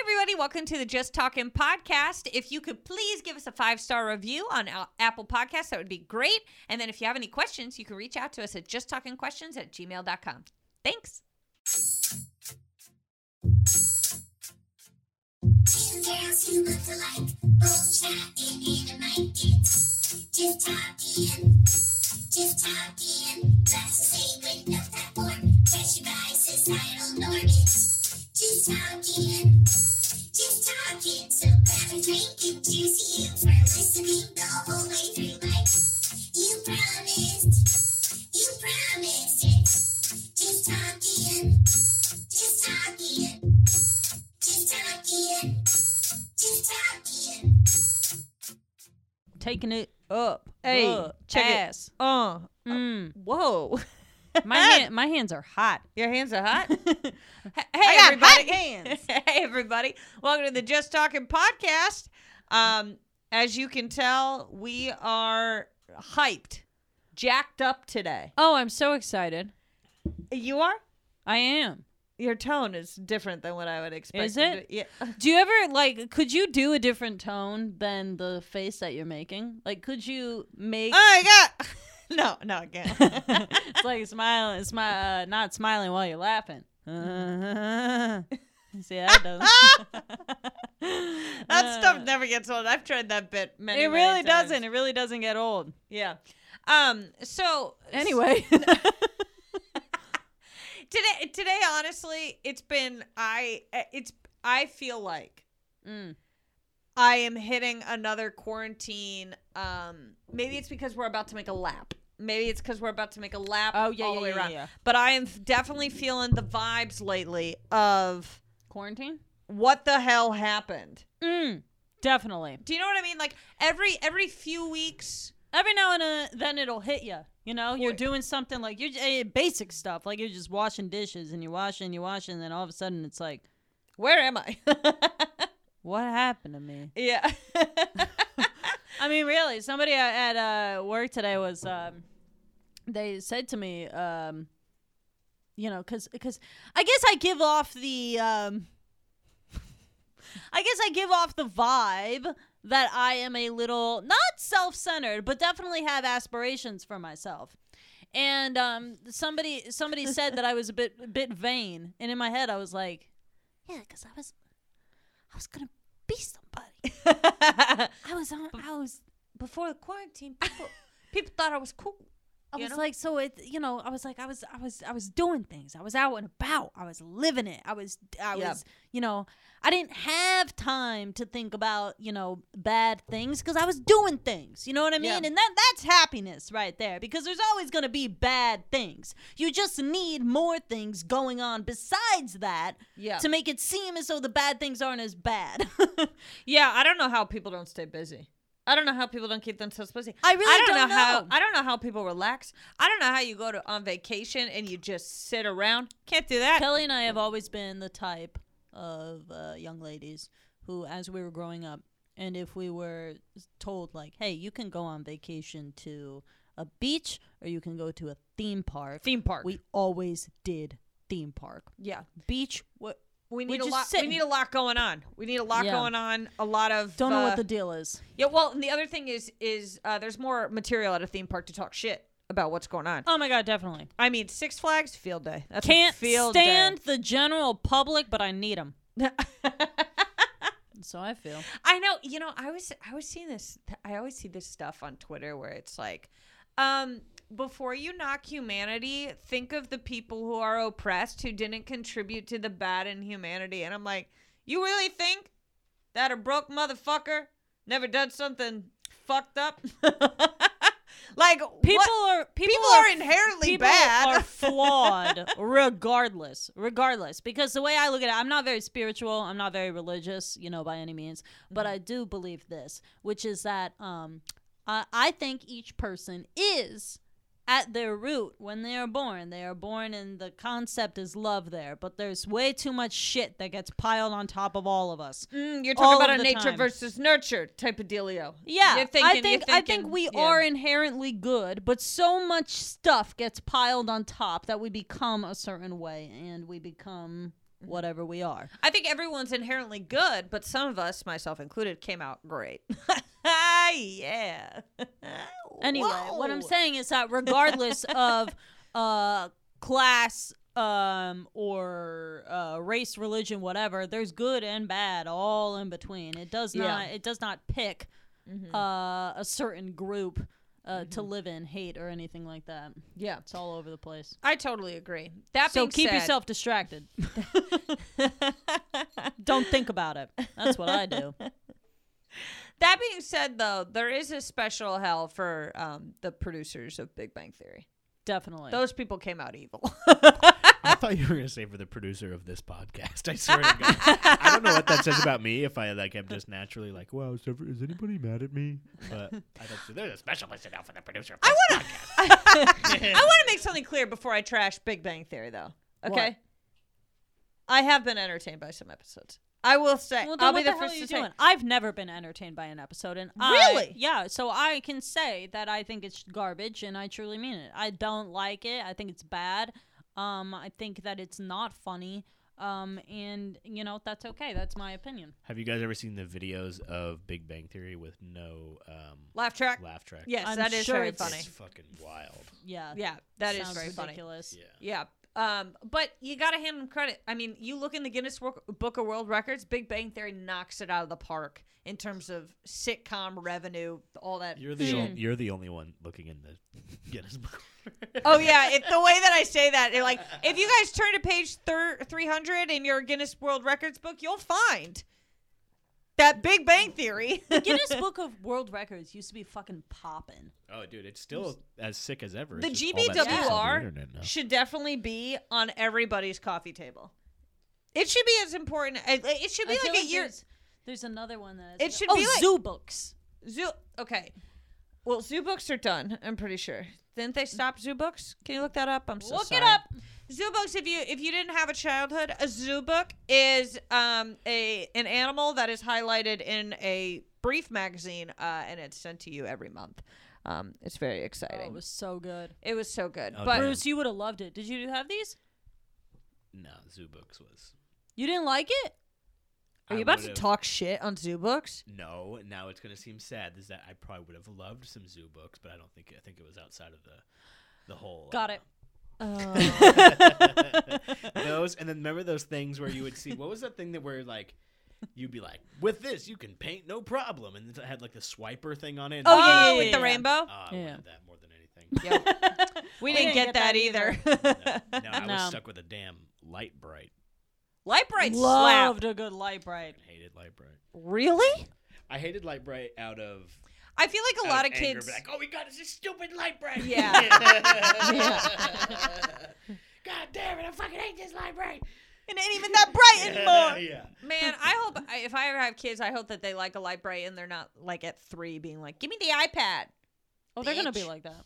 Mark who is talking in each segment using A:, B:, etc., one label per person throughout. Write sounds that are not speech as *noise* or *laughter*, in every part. A: everybody. Welcome to the Just Talking podcast. If you could please give us a five star review on Al- Apple Podcasts, that would be great. And then if you have any questions, you can reach out to us at justtalkingquestions at gmail.com. Thanks.
B: Two girls who look alike, both chatting in a mic. It's just talking, just talking. That's the sacred of that form, pressured by societal norms. It's just talking, just talking. So grab a drink and cheers to you for listening the whole way through life. You promised, you promised it. Just talking, just talking. Just talking. Just talking.
C: Taking it up.
A: Hey,
C: Ugh, check
A: ass.
C: it. Uh, mm.
A: Whoa. *laughs*
C: my hand, my hands are hot.
A: Your hands are hot. *laughs* Hey,
C: got
A: everybody.
C: hot hands.
A: *laughs* hey, everybody. Welcome to the Just Talking podcast. Um, as you can tell, we are hyped, jacked up today.
C: Oh, I'm so excited.
A: You are?
C: I am.
A: Your tone is different than what I would expect.
C: Is
A: you to-
C: it?
A: Yeah. *laughs* Oh,
C: Do you ever like? Could you do a different tone than the face that you're making? Like, could you make?
A: Oh my god. *laughs* No, no, *laughs* again.
C: *laughs* it's like smiling, smi- uh, not smiling while you're laughing. Uh-huh. See, that doesn't.
A: *laughs* that
C: *laughs*
A: stuff never gets old. I've tried that bit many
C: It
A: many
C: Uh, really
A: times.
C: doesn't. It really doesn't get old.
A: Yeah. Um, so *laughs*
C: Anyway,
A: today today honestly it's been i eh, it's i feel like
C: *laughs* Mm.
A: i am hitting another quarantine um maybe it's because we're about to make a lap maybe it's because we're about to make a lap
C: Oh, yeah,
A: all the
C: yeah,
A: way
C: yeah,
A: around
C: yeah.
A: but i am definitely feeling the vibes lately of
C: quarantine.
A: what the hell happened
C: Mm, definitely.
A: do you know what i mean like every every few weeks
C: Every now and uh, then it'll hit you. You know, you're
A: Or-
C: doing something like you're j- eh, basic stuff, like you're just washing dishes and you're washing, and you're washing, and then all of a sudden it's like,
A: where am i *laughs*
C: what happened to me?
A: yeah
C: I mean, really, somebody a- at uh, work today was, um, they said to me, um, you know, because I guess I give off the, um, *laughs* I guess I give off the vibe that I am a little, not self centered, but definitely have aspirations for myself. And um, somebody somebody said that I was a bit a bit vain, and in my head I was like, yeah, because I was, I was gonna be somebody.
A: *laughs*
C: I was on. I was
A: before the *laughs* quarantine people people thought i was cool
C: I
A: You
C: was
A: know?
C: like, so it, you know, I was like, I was, I was, I was doing things. I was out and about. I was living it. I was, I
A: Yeah.
C: was, you know, I didn't have time to think about, you know, bad things because I was doing things. You know what I mean?
A: Yeah.
C: And that that's happiness right there because there's always going to be bad things. You just need more things going on besides that
A: Yeah.
C: to make it seem as though the bad things aren't as bad. *laughs*
A: Yeah, I don't know how people don't stay busy. I don't know how people don't keep themselves busy.
C: I really
A: don't,
C: don't
A: know, how
C: know.
A: I don't know how people relax. I don't know how you go to on vacation and you just sit around. Can't do that.
C: Kelly and I have always been the type of uh, young ladies who, as we were growing up, and if we were told, like, hey, you can go on vacation to a beach or you can go to a theme park,
A: Theme park.
C: we always did theme park.
A: yeah.
C: Beach, what?
A: We
C: We
A: need a
C: just
A: lot
C: sit
A: we
C: and-
A: need a lot going on. We need a lot
C: Yeah.
A: going on. A lot of
C: Don't know
A: uh,
C: what the deal is.
A: Yeah, well, and the other thing is is uh, there's more material at a theme park to talk shit about what's going on.
C: Oh my God, definitely.
A: I mean, Six Flags field day. That's a
C: Can't
A: field
C: stand
A: day.
C: the general public, but I need them. So I feel.
A: *laughs* I know. You know, I was I was seeing this. I always see this stuff on Twitter where it's like, um, before you knock humanity, think of the people who are oppressed who didn't contribute to the bad in humanity. And I'm like, you really think that a broke motherfucker never done something fucked up? *laughs* like
C: People
A: what-
C: are people,
A: people
C: are,
A: are inherently
C: people
A: bad. *laughs*
C: are flawed, regardless. Regardless, because the way I look at it, I'm not very spiritual. I'm not very religious, you know, by any means. But
A: Mm-hmm.
C: I do believe this, which is that um, I, I think each person is at their root when they are born. They are born, and the concept is love there. But there's way too much shit that gets piled on top of all of us.
A: Mm, you're
C: all
A: talking about
C: of
A: a
C: the
A: nature
C: time.
A: versus nurture type of dealio.
C: Yeah,
A: You're
C: I
A: thinking- you're
C: think I think
A: thinking-
C: we
A: yeah.
C: are inherently good, but so much stuff gets piled on top that we become a certain way and we become
A: Mm-hmm.
C: whatever we are.
A: *laughs* I think everyone's inherently good, but some of us, myself included, came out great. *laughs* yeah.
C: Anyway, what I'm
A: Whoa.
C: saying
A: *laughs*
C: is that regardless of uh, class um, or uh, race, religion, whatever, there's good and bad all in between. It does
A: Yeah. Mm-hmm.
C: not it does not pick uh, a certain group uh, to live in, hate or anything like that.
A: Yeah.
C: It's all over the place.
A: I totally agree. That
C: So
A: being
C: keep
A: said-
C: yourself distracted. Don't think about it. That's what
A: *laughs*
C: I do.
A: *laughs* That being said, though, there is a special hell for um, the producers of Big Bang Theory.
C: Definitely.
A: Those people came out evil. *laughs*
D: I thought you were gonna say for the producer of this podcast. I swear to God, I don't know what that says about me. If I like, I'm just naturally like, wow, is, ever- is anybody mad at me? But I thought so there's a special mention now for the producer. Of this I want
A: I want to make something clear before I trash Big Bang Theory, though. Okay.
C: What?
A: I have been entertained by some episodes. I will say.
C: Well, then
A: I'll
C: what
A: be the,
C: the, hell
A: first
C: are you
A: to say.
C: doing? I've never been entertained by an episode, and I,
A: Really?
C: yeah. So I can say that I think it's garbage, and I truly mean it. I don't like it. I think it's bad. Um, I think that it's not funny. Um, and you know that's okay. That's my opinion.
D: Have you guys ever seen the videos of Big Bang Theory with no um,
A: Laugh track.
D: laugh track?
A: Yes,
C: I'm
A: that is
C: sure
A: very
C: it's-
A: funny.
D: it's fucking wild.
C: Yeah,
A: Yeah, that is
C: sounds
A: very funny.
C: ridiculous.
D: Yeah.
A: Yeah. Um, but you gotta hand them credit. I mean, you look in the Guinness Wor- Book of World Records, Big Bang Theory knocks it out of the park in terms of sitcom revenue, all that.
D: You're the ol- you're the only one looking in the *laughs* Guinness Book.
A: oh yeah, it, the way that I say that, it, like if you guys turn to page thir- three hundred in your Guinness World Records book, you'll find that Big Bang Theory.
C: *laughs* Guinness Book of World Records used to be fucking poppin'.
D: Oh, dude, it's still as sick as ever.
A: the
D: It's just all that stuff's on the
A: GBWR
D: internet now.
A: should definitely be on everybody's coffee table. It should be as important. It, it should be
C: I feel
A: like a year.
C: There's, there's another one that
A: It should
C: oh,
A: be like-
C: zoo books.
A: Zoo. Okay. Well, zoo books are done. I'm pretty sure. Didn't they stop zoo books? Can you look that up? I'm so
C: Look
A: sorry.
C: it up.
A: Zoo books. If you if you didn't have a childhood, a zoo book is um a an animal that is highlighted in a brief magazine, uh, and it's sent to you every month. Um, it's very
C: Oh,
A: exciting.
C: it was so good.
A: it was so good,
D: Oh,
A: but
D: damn.
C: Bruce, you would have loved it. Did you have these?
D: No, Zoo Books was.
C: You didn't like it?
A: are
D: I
A: you about to
D: would've-
A: talk shit on zoo books?
D: No, now it's gonna seem sad. Is that I probably would have loved some Zoo Books, but I don't think I think it was outside of the the whole. uh,
C: Got it. Oh.
A: *laughs*
D: *laughs* those and then remember those things where you would see what was that thing that where like you'd be like with this you can paint no problem and it had like the swiper thing on it.
C: Oh, yeah, yeah, yeah,
A: with the
C: yeah.
A: rainbow.
D: Oh, I
C: Yeah.
D: wanted that more than anything.
C: *laughs*
A: we didn't, get, that either. *laughs*
D: no, I
C: *laughs*
D: was
C: No.
D: stuck with a damn light bright.
A: Light bright slap.
C: Loved a good light bright.
D: I hated light bright.
A: Really?
D: I hated light bright out of
A: I feel like a
D: out
A: lot of
D: anger,
A: kids. *laughs*
D: be like, oh, we got this stupid light bright. *laughs*
A: Yeah.
D: God damn it! I fucking hate this light bright.
A: It ain't even that bright
D: *laughs*
A: anymore.
D: yeah.
A: Man, I hope I- if I ever have kids, I hope that they like a light bright and they're not like at three being like, "Give me the iPad."
C: Oh, they're gonna be
A: Bitch.
C: like *laughs* that.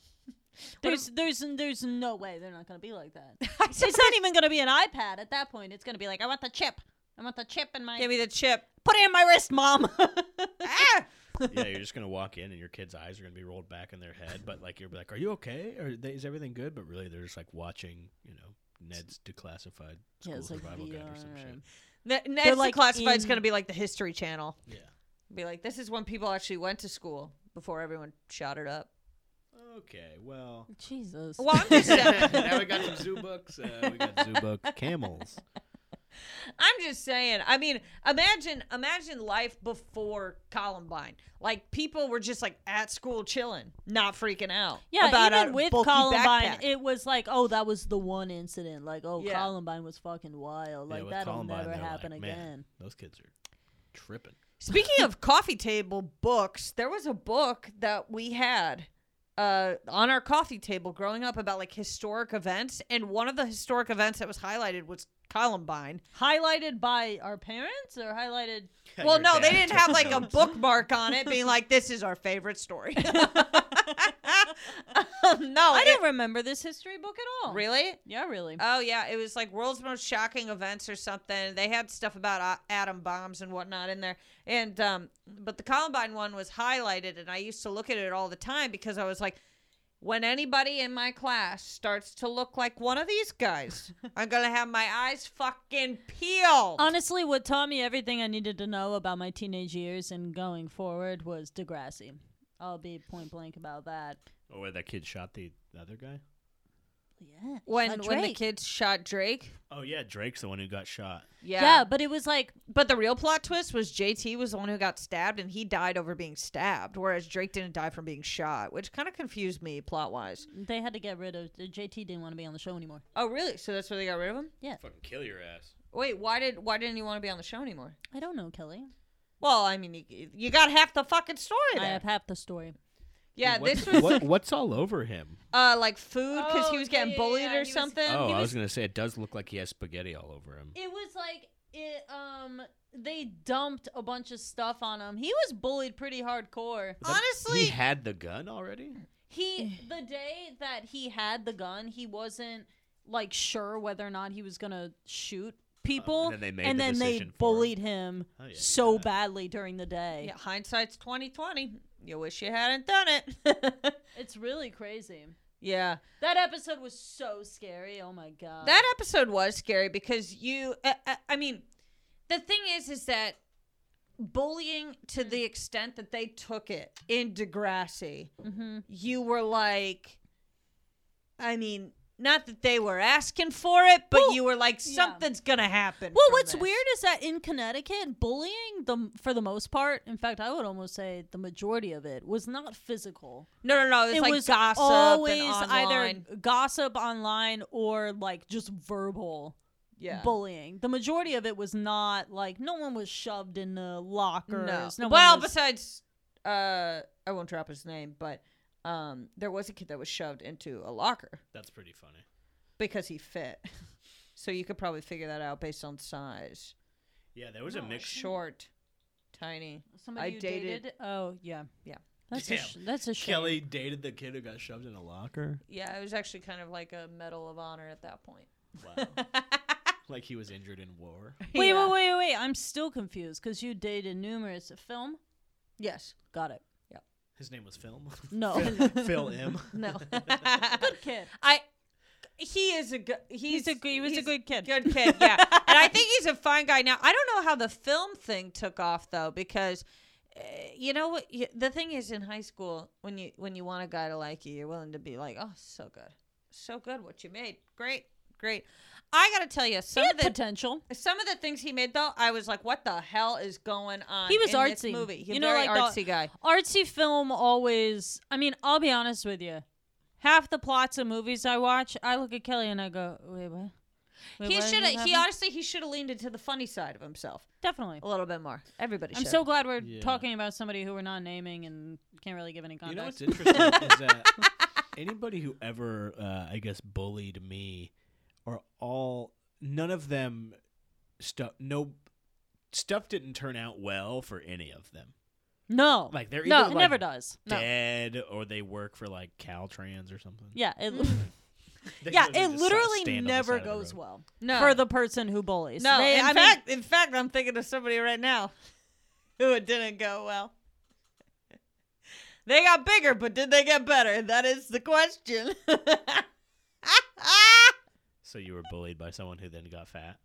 C: There's, there's, there's no way they're not gonna be like that.
A: *laughs* I
C: it's
A: said,
C: not even gonna be an iPad at that point. It's gonna be like, I want the chip. I want the chip in my.
A: "Give me the
C: *laughs*
A: chip."
C: Put it in my wrist, mom. *laughs*
A: Ah!
D: yeah, you're just gonna walk in and your kid's eyes are gonna be rolled back in their head, but like you're like, "Are you okay? Or they, is everything good?" But really, they're just like watching, you know, Ned's declassified school
C: it's like
D: survival guide or some shit.
C: VR.
A: Ne- Next,
C: like,
A: like classified's
C: in-
A: gonna be like the History Channel.
D: Yeah.
A: Be like, "This is when people actually went to school before everyone shot it up."
D: Okay.
A: *laughs*
D: Well.
C: Jesus.
A: Well, I'm
C: *laughs*
A: just saying,
D: now we got some zoo books. Uh, we got zoo book
A: *laughs*
D: camels.
A: I'm just saying. I mean, imagine imagine life before Columbine. Like people were just like at school chilling, not freaking out.
C: Yeah,
A: about a
C: even with
A: bulky
C: Columbine,
A: backpack.
C: it was like, oh, that was the one incident. Like, oh,
A: Yeah.
C: Columbine was fucking wild.
D: Yeah,
C: Like
D: with
C: that'll
D: Columbine,
C: never
D: they're like,
C: happen
D: "Man,
C: again.
D: Those kids are tripping.
A: Speaking of coffee table books, there was a book that we had uh, on our coffee table growing up about like historic events, and one of the historic events that was highlighted was Columbine.
C: Highlighted by our parents or highlighted
A: well,
D: Your
A: no, they
D: dad
A: didn't
D: took
A: have
D: *laughs*
A: like a
D: notes.
A: bookmark on it, being like, "This is our favorite
C: *laughs*
A: story." *laughs* Um, no,
C: I
A: it-
C: don't remember this history book at all.
A: really.
C: Yeah, really.
A: Oh yeah, it was like world's most shocking events or something. They had stuff about uh, atom bombs and whatnot in there, and um, but the Columbine one was highlighted, and I used to look at it all the time because I was like, when anybody in my class starts to look like one of these guys, I'm gonna have my eyes fucking peeled.
C: Honestly, what taught me everything I needed to know about my teenage years and going forward was Degrassi. I'll be point blank about that.
D: Oh, where that kid shot the other guy?
C: Yeah.
A: when
C: shot
A: when the
C: Drake.
A: kids shot Drake,
D: Oh yeah, Drake's the one who got shot.
A: yeah.
C: Yeah. but it was like
A: But the real plot twist was JT was the one who got stabbed, and he died over being stabbed, whereas Drake didn't die from being shot, which kind of confused me plot wise.
C: they had to get rid of JT didn't want to be on the show anymore.
A: Oh, really? So that's where they got rid of him?
D: Fucking kill your ass.
A: Wait, why did why didn't he want to be on the show anymore?
C: I don't know, Kelly.
A: Well, I mean, you, you got half the fucking story
C: I
A: there.
C: have half the story.
A: yeah,
D: What-
A: this was
D: what- what's all
A: *laughs*
D: over him?
A: uh, like food because
C: Oh,
A: he was getting
C: yeah, yeah,
A: bullied
C: yeah,
A: or
C: he was-
A: something.
D: oh,
C: he
D: I
C: was-
D: was gonna say it does look like he has spaghetti all over him.
C: It was like it um they dumped a bunch of stuff on him. He was bullied pretty hardcore.
D: That-
A: Honestly-
D: Oh, he had the gun already.
C: *sighs* He the day that he had the gun, he wasn't like sure whether or not he was gonna shoot people.
D: Oh, and then they made
C: and
D: the
C: then they
D: decision for him.
C: bullied him,
D: Oh, yeah, you
C: so
D: got it.
C: badly during the day.
A: Yeah, hindsight's twenty twenty. You wish you hadn't done it. *laughs*
C: It's really crazy.
A: yeah.
C: That episode was so scary. Oh my god.
A: that episode was scary because you uh, uh, i mean the thing is is that bullying to the extent that they took it in degrassi
C: mm-hmm.
A: you were like i mean not that they were asking for it but
C: Well,
A: you were like
C: yeah.
A: something's gonna happen
C: Well,
A: from
C: what's
A: this.
C: weird is that in Connecticut, bullying the for the most part, in fact, I would almost say the majority of it was not physical.
A: no no no it's
C: it
A: like
C: was
A: gossip
C: always
A: and
C: either
A: online.
C: gossip online or like just verbal
A: yeah
C: bullying. The majority of it was not like no one was shoved in the lockers.
A: no.
C: one
A: well
C: was-
A: besides uh i won't drop his name but um there was a kid that was shoved into a locker
D: That's pretty funny.
A: because he fit. *laughs* So you could probably figure that out based on size.
D: Yeah, there was a
A: Oh,
C: No,
D: mix.
A: Short, tiny.
C: somebody
A: I
C: you
A: dated-
C: Oh yeah,
A: Yeah.
C: That's a
D: Damn.
C: sh- that's a shame.
D: Kelly dated the kid who got shoved in a locker.
A: Yeah, it was actually kind of like a medal of honor at that *laughs* point.
D: Wow. like he was injured in
A: *laughs*
D: war.
C: Wait,
A: Yeah.
C: wait, wait, wait! I'm still confused because you dated numerous film.
A: Yes.
C: Got it.
D: His name
A: *laughs*
D: was Film.
C: No.
D: Phil, Phil M.
C: *laughs*
D: *laughs*
A: No.
C: kid.
A: I. He is a good. He's,
C: He's a good- he was a
A: he's
C: good kid.
A: Good kid,
C: *laughs*
A: yeah. and I think he's a fine guy now. I don't know how the film thing took off though, because uh, you know what? You, the thing is, in high school, when you when you want a guy to like you, you're willing to be like, oh, so good, so good, what you made, great, great. I gotta tell you, some of the
C: potential.
A: some of the things he made though, I was like, what the hell is going on?
C: He was
A: in this
C: artsy.
A: movie. He's
C: You
A: a
C: know,
A: very
C: like
A: artsy
C: the-
A: guy.
C: Artsy film always. I mean, I'll be honest with you. Half the plots of movies I watch, I look at Kelly and I go, "Wait, what?" Wait,
A: He
C: why did
A: should have.
C: this
A: He Oh,
C: happen?"
A: honestly, he should have leaned into the funny side of himself
C: definitely.
A: a little bit more. Everybody.
C: I'm
A: should.
C: so glad we're
D: Yeah.
C: talking about somebody who we're not naming and can't really give any
D: You know what's
C: context.
D: interesting
C: *laughs*
D: is that anybody who ever, uh, I guess, bullied me, are all none of them stuff. No stuff didn't turn out well for any of them.
C: no,
D: Like they're
C: no,
D: either
C: it
D: like
C: never does. No.
D: dead or they work for like Caltrans or something.
C: Yeah, it
A: *laughs*
D: They
C: yeah,
D: literally
C: it
D: just sort of stand
C: literally
D: on the
C: never
D: side of the
C: goes
D: road.
C: well
A: no.
C: for the person who bullies.
A: No,
C: They-
A: in
C: I mean-
A: fact, in fact, I'm thinking of somebody right now *laughs* who it didn't go well. They got bigger, but did they get better? That is the question. *laughs*
D: So you were bullied by someone who then got fat.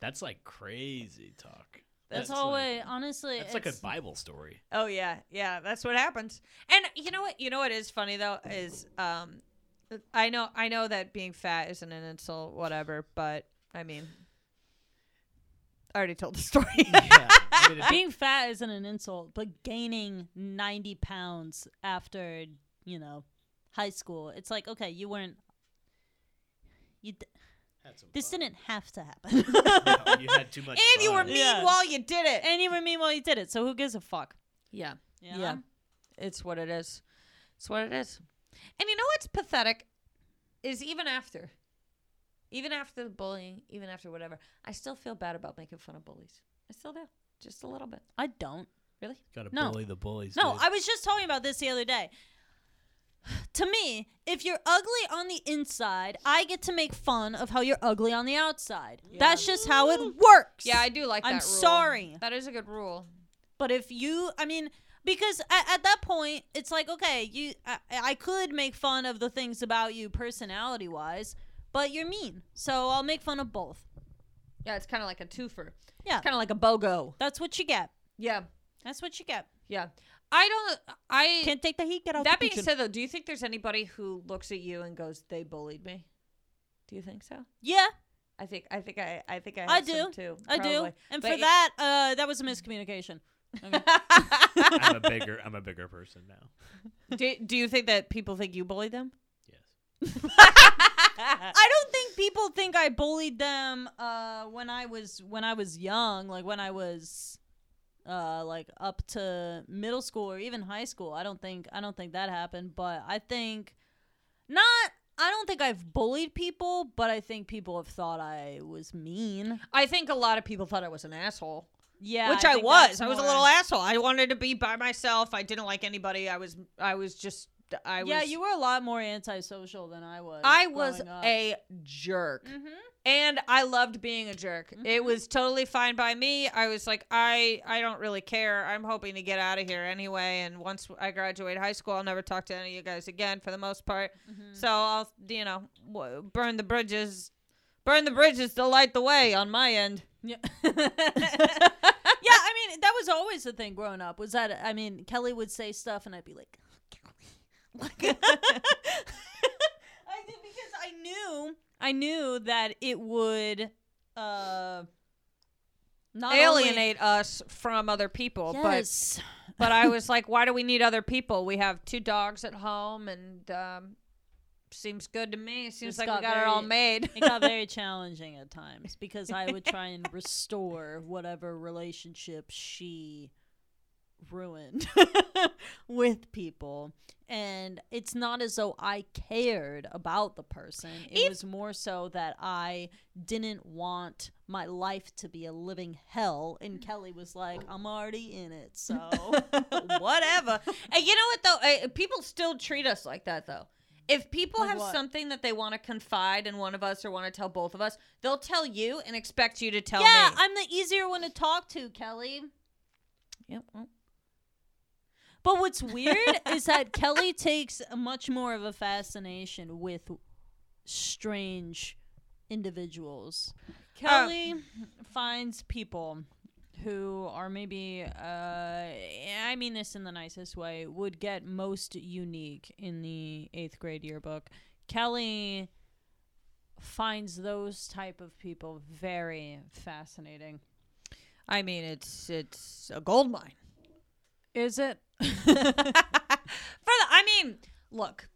D: That's like crazy talk.
C: that's
D: like-
C: always honestly.
D: That's like a
C: it's- *laughs*
D: Bible story.
A: oh yeah, yeah, that's what happens. And you know what? You know what is funny though is um, I know I know that being fat isn't an insult, whatever, but I mean, I already told the *laughs*
C: *laughs*
A: story.
D: yeah. I *laughs* mean, it-
C: being fat isn't an insult, but gaining 90 pounds after, you know, high school, it's like, okay, you weren't. You d-
D: Had some
C: this
D: fun.
C: didn't have to happen.
D: No, *laughs* you had too much.
A: and you were
D: fun.
A: mean
C: Yeah.
A: while you did it.
C: and you were mean while you did it, so who gives a fuck?
A: Yeah.
C: Yeah.
A: Yeah. It's what it is. It's what it is. And you know what's pathetic is even after, even after the bullying, even after whatever, I still feel bad about making fun of bullies. I still do, just a little bit.
C: I don't.
A: Really?
D: Gotta
C: No.
D: bully the bullies.
C: No,
D: dude.
C: I was just talking about this the other day. *sighs* To me, if you're ugly on the inside, I get to make fun of how you're ugly on the outside. That's just how it works.
A: Yeah, I do like that.
C: I'm
A: rule.
C: sorry.
A: That is a good rule.
C: But if you, I mean, because at, at that point it's like okay you I, I could make fun of the things about you personality wise but you're mean so i'll make fun of both
A: Yeah, it's kind of like a twofer.
C: Yeah.
A: It's kind of like a BOGO.
C: that's what you get
A: Yeah.
C: that's what you get
A: Yeah. I don't. I.
C: can't take the heat get out
A: that
C: the
A: being
C: kitchen.
A: said, though, do you think there's anybody who looks at you and goes, "They bullied me"? Do you think so?
C: yeah
A: I think. I think. I. I think. I. Have
C: I
A: some
C: do.
A: too.
C: i do
A: probably.
C: and
A: But
C: for
A: it-
C: that uh that was a miscommunication
D: *laughs*
C: *laughs*
A: *laughs*
D: I'm a bigger I'm a bigger person now.
A: do, do you think that people think you bullied them?
D: Yes.
C: I don't think people think I bullied them uh, when I was when I was young, like when I was uh, like up to middle school or even high school. I don't think I don't think that happened, but I think not. I don't think I've bullied people, but I think people have thought I was mean.
A: I think a lot of people thought I was an asshole,
C: Yeah,
A: which I,
C: think
A: was.
C: that's
A: I was a
C: more-
A: little asshole. I wanted to be by myself. I didn't like anybody. I was. I was just. I was.
C: yeah, you were a lot more antisocial than I was.
A: I was
C: growing up.
A: a jerk.
C: Mhm.
A: and I loved being a jerk.
C: Mm-hmm.
A: It was totally fine by me. I was like, I I don't really care. I'm hoping to get out of here anyway. And once I graduate high school, I'll never talk to any of you guys again for the most part.
C: Mm-hmm.
A: So I'll you know w- burn the bridges, burn the bridges to light the way on my end. *laughs*
C: Yeah. *laughs* yeah, I mean, that was always the thing growing up. Was that I mean, Kelly would say stuff and I'd be like, "Oh, Kelly. *laughs* I did because I knew I knew that it would uh not only-
A: Alienate us from other people, but
C: Yes.
A: but *laughs* I was like, why do we need other people? We have two dogs at home, and um, seems good to me. Seems
C: This
A: like we
C: got
A: got it all
C: very-
A: made. *laughs*
C: it got very challenging at times because I would try and restore whatever relationship she ruined *laughs* with people. And it's not as though I cared about the person. It was more so that I didn't want my life to be a living hell. And Kelly was like, I'm already in it. So,
A: whatever. And you know what though? Uh, people still treat us like that though. If people
C: Like
A: have
C: what?
A: something that they want to confide in one of us or want to tell both of us, they'll tell you and expect you to tell
C: yeah,
A: me.
C: I'm the easier one to talk to, Kelly.
A: Yep.
C: But what's weird is that Kelly takes much more of a fascination with strange individuals. Kelly finds people who are maybe, uh, I mean this in the nicest way, would get most unique in the eighth grade yearbook. Kelly finds those type of people very fascinating.
A: I mean, it's it's a gold mine.
C: Is it?
A: For the, I mean, look,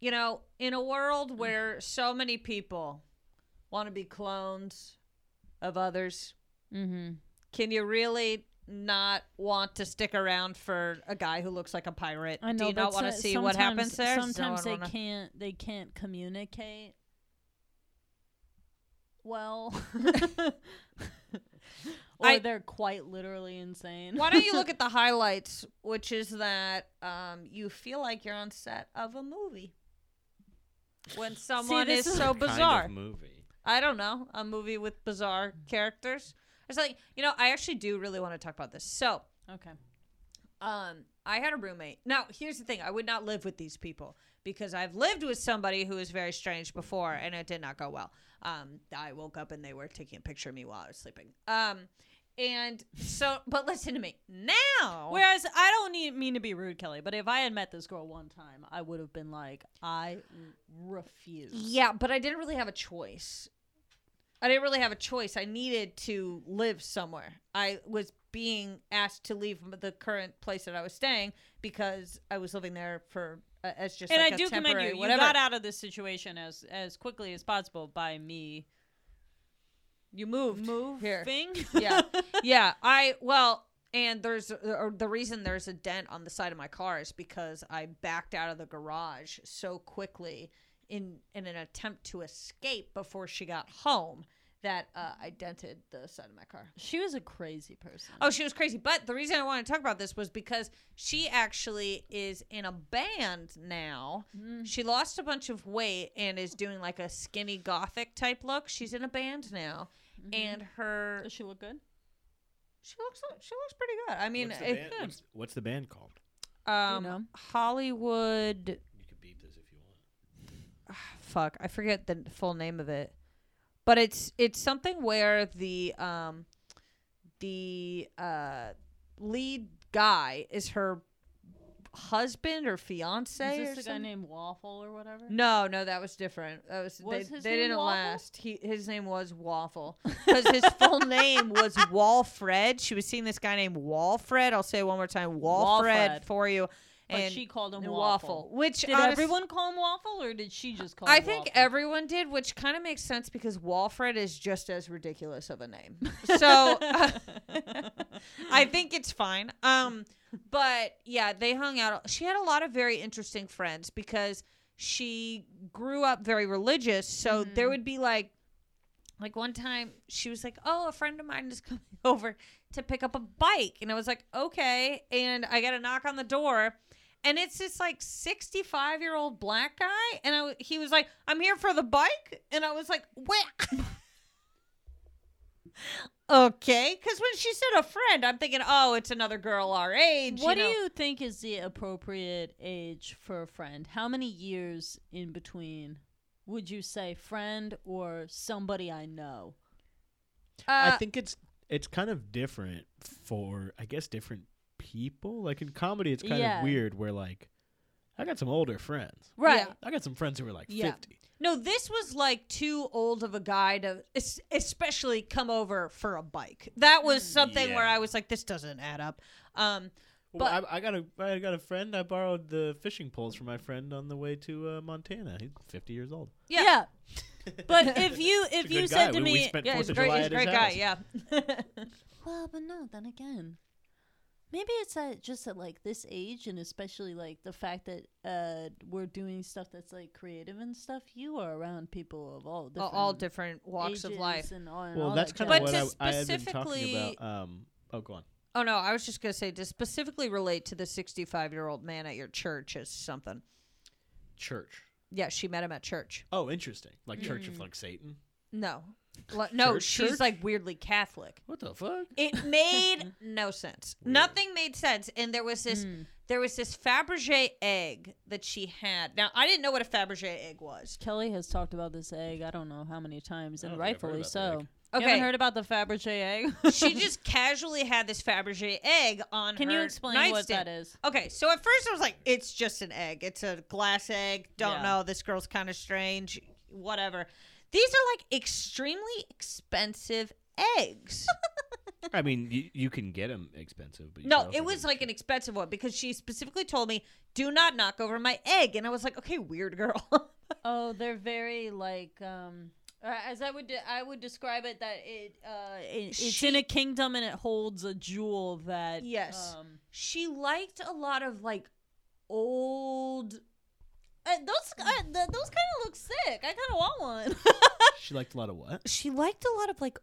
A: you know, in a world where so many people want to be clones of others,
C: *laughs* Mm-hmm.
A: can you really not want to stick around for a guy who looks like a pirate?
C: I know.
A: Do you not
C: but
A: want to
C: so-
A: see what
C: sometimes-
A: happens there? Does
C: Sometimes they
A: no one wanna-
C: can't. They can't communicate. Well, *laughs* or
A: I-
C: they're quite literally insane.
A: Why don't you look at the highlights, which is that um, you feel like you're on set of a movie when someone
C: this
A: is,
C: is-
A: so
D: Kind of
A: bizarre.
D: movie.
A: I don't know, a movie with bizarre characters. It's like you know, I actually do really want to talk about this. So.
C: *laughs* okay.
A: Um, I had a roommate. Now, here's the thing: I would not live with these people because I've lived with somebody who was very strange before, and it did not go well. Um, I woke up and they were taking a picture of me while I was sleeping. Um, and so, but listen to me now.
C: Whereas I don't need, mean to be rude, Kelly, but if I had met this girl one time, I would have been like, I refuse.
A: Yeah, but I didn't really have a choice. I didn't really have a choice. I needed to live somewhere. I was being asked to leave m- the current place that I was staying because I was living there for uh, as just
C: and
A: like
C: I
A: a
C: do commend
A: temporary
C: you.
A: whatever.
C: You got out of this situation as as quickly as possible by me
A: You moved. here.
C: *laughs* moving.
A: yeah yeah i well and there's or the reason there's a dent on the side of my car is because i backed out of the garage so quickly in in an attempt to escape before she got home that uh, i dented the side of my car
C: she was a crazy person.
A: oh she was crazy but the reason i want to talk about this was because she actually is in a band now she lost a bunch of weight and is doing like a skinny gothic type look she's in a band now and her
C: Does she look good?
A: Mm-hmm. She looks she looks pretty good. I mean,
D: what's, the
A: it,
D: band, what's, what's the band called?
A: um,
C: know.
A: Hollywood.
D: You could beep this if you want.
A: Fuck, I forget the full name of it, but it's it's something where the um, the uh, lead guy is her husband or fiance
C: Is
A: or
C: this a guy
A: something.
C: named Waffle or whatever?
A: No, no, that was different. That was,
C: Was
A: they,
C: his
A: they
C: name
A: didn't
C: Waffle?
A: last. He his name was
C: *laughs*
A: Waffle because his full name was Walfred. She was seeing this guy named Walfred. I'll say it one more time, Walfred,
C: Walfred.
A: for you.
C: But
A: And
C: she called him
A: Waffle,
C: Waffle.
A: which
C: Did
A: honest-
C: everyone call him Waffle or did she just call
A: I
C: him
A: think
C: Waffle? *laughs*
A: everyone did, which kind of makes sense because Walfred is just as ridiculous of a name. So uh,
C: *laughs*
A: I think it's fine. Um, but yeah, they hung out. She had a lot of very interesting friends because she grew up very religious. So there
C: Mm-hmm.
A: would be like, like one time she was like, "Oh, a friend of mine is *laughs* coming over to pick up a bike," and I was like, "Okay." And I got a knock on the door, and it's this like sixty-five-year-old black guy, and I w- he was like, "I'm here for the bike," and I was like, "Wait." *laughs* Okay, because when she said a friend, I'm thinking, oh, it's another girl our age.
C: What
A: you know?
C: do you think is the appropriate age for a friend? How many years in between would you say friend or somebody I know?
A: Uh,
D: I think it's it's kind of different for I guess different people. Like in comedy, it's kind
C: Yeah.
D: of weird where like I got some older friends.
A: Right.
D: I got some friends who were like
C: Yeah.
D: fifty.
A: No, this was like too old of a guy to, es- especially come over for a bike. That was something
D: Mm. Yeah.
A: where I was like, this doesn't add up. Um,
D: well, I, I got a I got a friend. I borrowed the fishing poles from my friend on the way to uh, Montana. He's fifty years old.
A: Yeah.
D: *laughs*
C: But if you if
D: a good
C: you said
D: guy.
C: to
D: We-
C: me
D: we spent-
A: yeah,
D: Fourth
A: he's a
D: of
A: great,
D: July
A: he's a
D: at his
A: great guy.
D: house.
A: Yeah. *laughs*
D: *laughs*
C: Well, but no, then again, maybe it's at just at like this age, and especially like the fact that uh, we're doing stuff that's like creative and stuff. You are around people of all different
A: all different walks of
C: ages
A: life.
C: and all, and
D: Well,
C: all
D: that's
C: that
D: kind
A: But
D: of
C: jazz.
D: what I,
A: to
D: I had been talking
A: specifically-
D: about. Um, oh, go on.
A: Oh no, I was just gonna say to specifically relate to the 65 year old man at your church is something.
D: Church.
A: Yeah, she met him at church.
D: Oh, interesting. Like Church
A: Mm.
D: of like Satan.
A: No, Li- no,
D: Church,
A: she's
D: church?
A: like weirdly Catholic.
D: What the
A: *laughs*
D: fuck?
A: It
C: *laughs*
A: made no sense. Nothing made sense, and there was this
C: Hmm.
A: there was this Fabergé egg that she had. Now I didn't know what a Fabergé egg was.
C: Kelly has talked about this egg. I don't know how many times, and
D: don't think I've heard
C: rightfully
D: about
C: so.
D: the egg.
C: You
A: Okay.
C: haven't heard about the Fabergé egg? *laughs*
A: She just casually had this Fabergé egg on.
C: Can
A: her
C: you explain what
A: nightstand.
C: that is?
A: Okay, so at first I was like, it's just an egg. It's a glass egg. Don't
C: Yeah.
A: know. This girl's kind of strange. Whatever. These are like extremely expensive eggs.
D: I mean, you, you can get them expensive, but you can
A: No,
D: also
A: it was
D: get-
A: like an expensive one because she specifically told me, "Do not knock over my egg," and I was like, "Okay, weird girl." *laughs*
C: Oh, they're very like um uh, as I would de- I would describe it that it uh it, it's in a kingdom and it holds a jewel that
A: Yes.
C: um,
A: she liked a lot of like old.
C: uh, those uh, th- those kind of look sick. I kind of want one. *laughs*
D: She liked a lot of what?
A: She liked a lot of like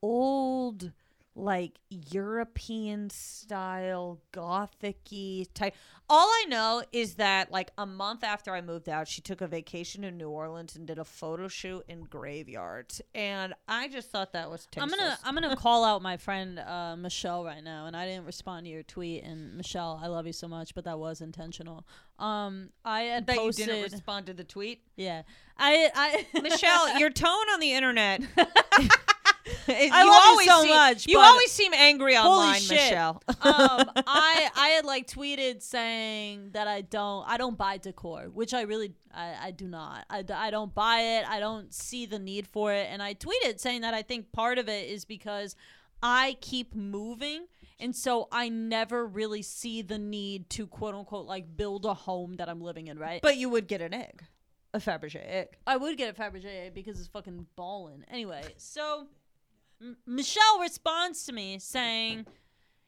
A: old, like European style gothicy type. All I know is that like a month after I moved out, she took a vacation in New Orleans and did a photo shoot in graveyards, and I just thought that was.
C: I'm
A: Tasteless.
C: gonna I'm gonna call out my friend uh, Michelle right now, and I didn't respond to your tweet. And Michelle, I love you so much, but that was intentional. Um, I had
A: that
C: posted,
A: you didn't respond to the tweet. *laughs*
C: yeah, I *laughs* I
A: Michelle, your tone on the *laughs* internet. I
C: love you so much,
A: You
C: but-
A: always seem angry online,
C: shit.
A: Michelle. *laughs*
C: um, I I had like tweeted saying that I don't I don't buy decor, which I really I, I do not. I, d- I don't buy it. I don't see the need for it. And I tweeted saying that I think part of it is because I keep moving. And so I never really see the need to quote unquote like build a home that I'm living in, right?
A: but you would get an egg, a Fabergé egg.
C: I would get a Fabergé because it's fucking ballin'. Anyway, so M- Michelle responds to me saying,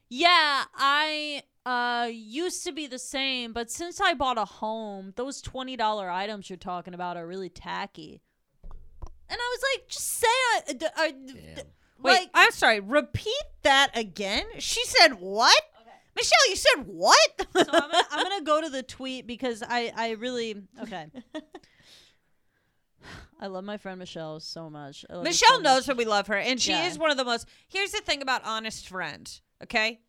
C: "Yeah, I uh used to be the same, but since I bought a home, those twenty dollar items you're talking about are really tacky." And I was like, "Just say I, d- I- d-
D: Damn.
A: Wait,
C: like
A: I'm sorry. Repeat that again. She said what? Michelle, you said what?
C: so
A: *laughs*
C: I'm gonna, I'm
A: *laughs*
C: gonna go to the tweet because I I really okay. I love my friend Michelle so much. I love her so
A: Michelle
C: much.
A: knows that we love her, and she
C: Yeah.
A: is one of the most. Here's the thing about honest friends, okay?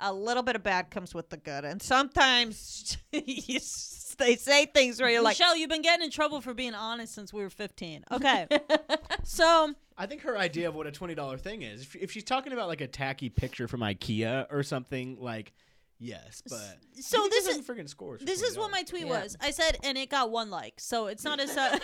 A: A little bit of bad comes with the good, and sometimes *laughs* you s- they say things where you're like,
C: Michelle, you've been getting in trouble for being honest since we were 15. *laughs* Okay. so,
D: I think her idea of what a twenty dollar thing is, if, if she's talking about like a tacky picture from IKEA or something, like yes, but
C: so
D: you
C: this
D: can
C: is-
D: freaking scores. for
C: this is what
D: $20.
C: my tweet
A: Yeah.
C: was. I said, and it got one like. So it's not as though. *laughs*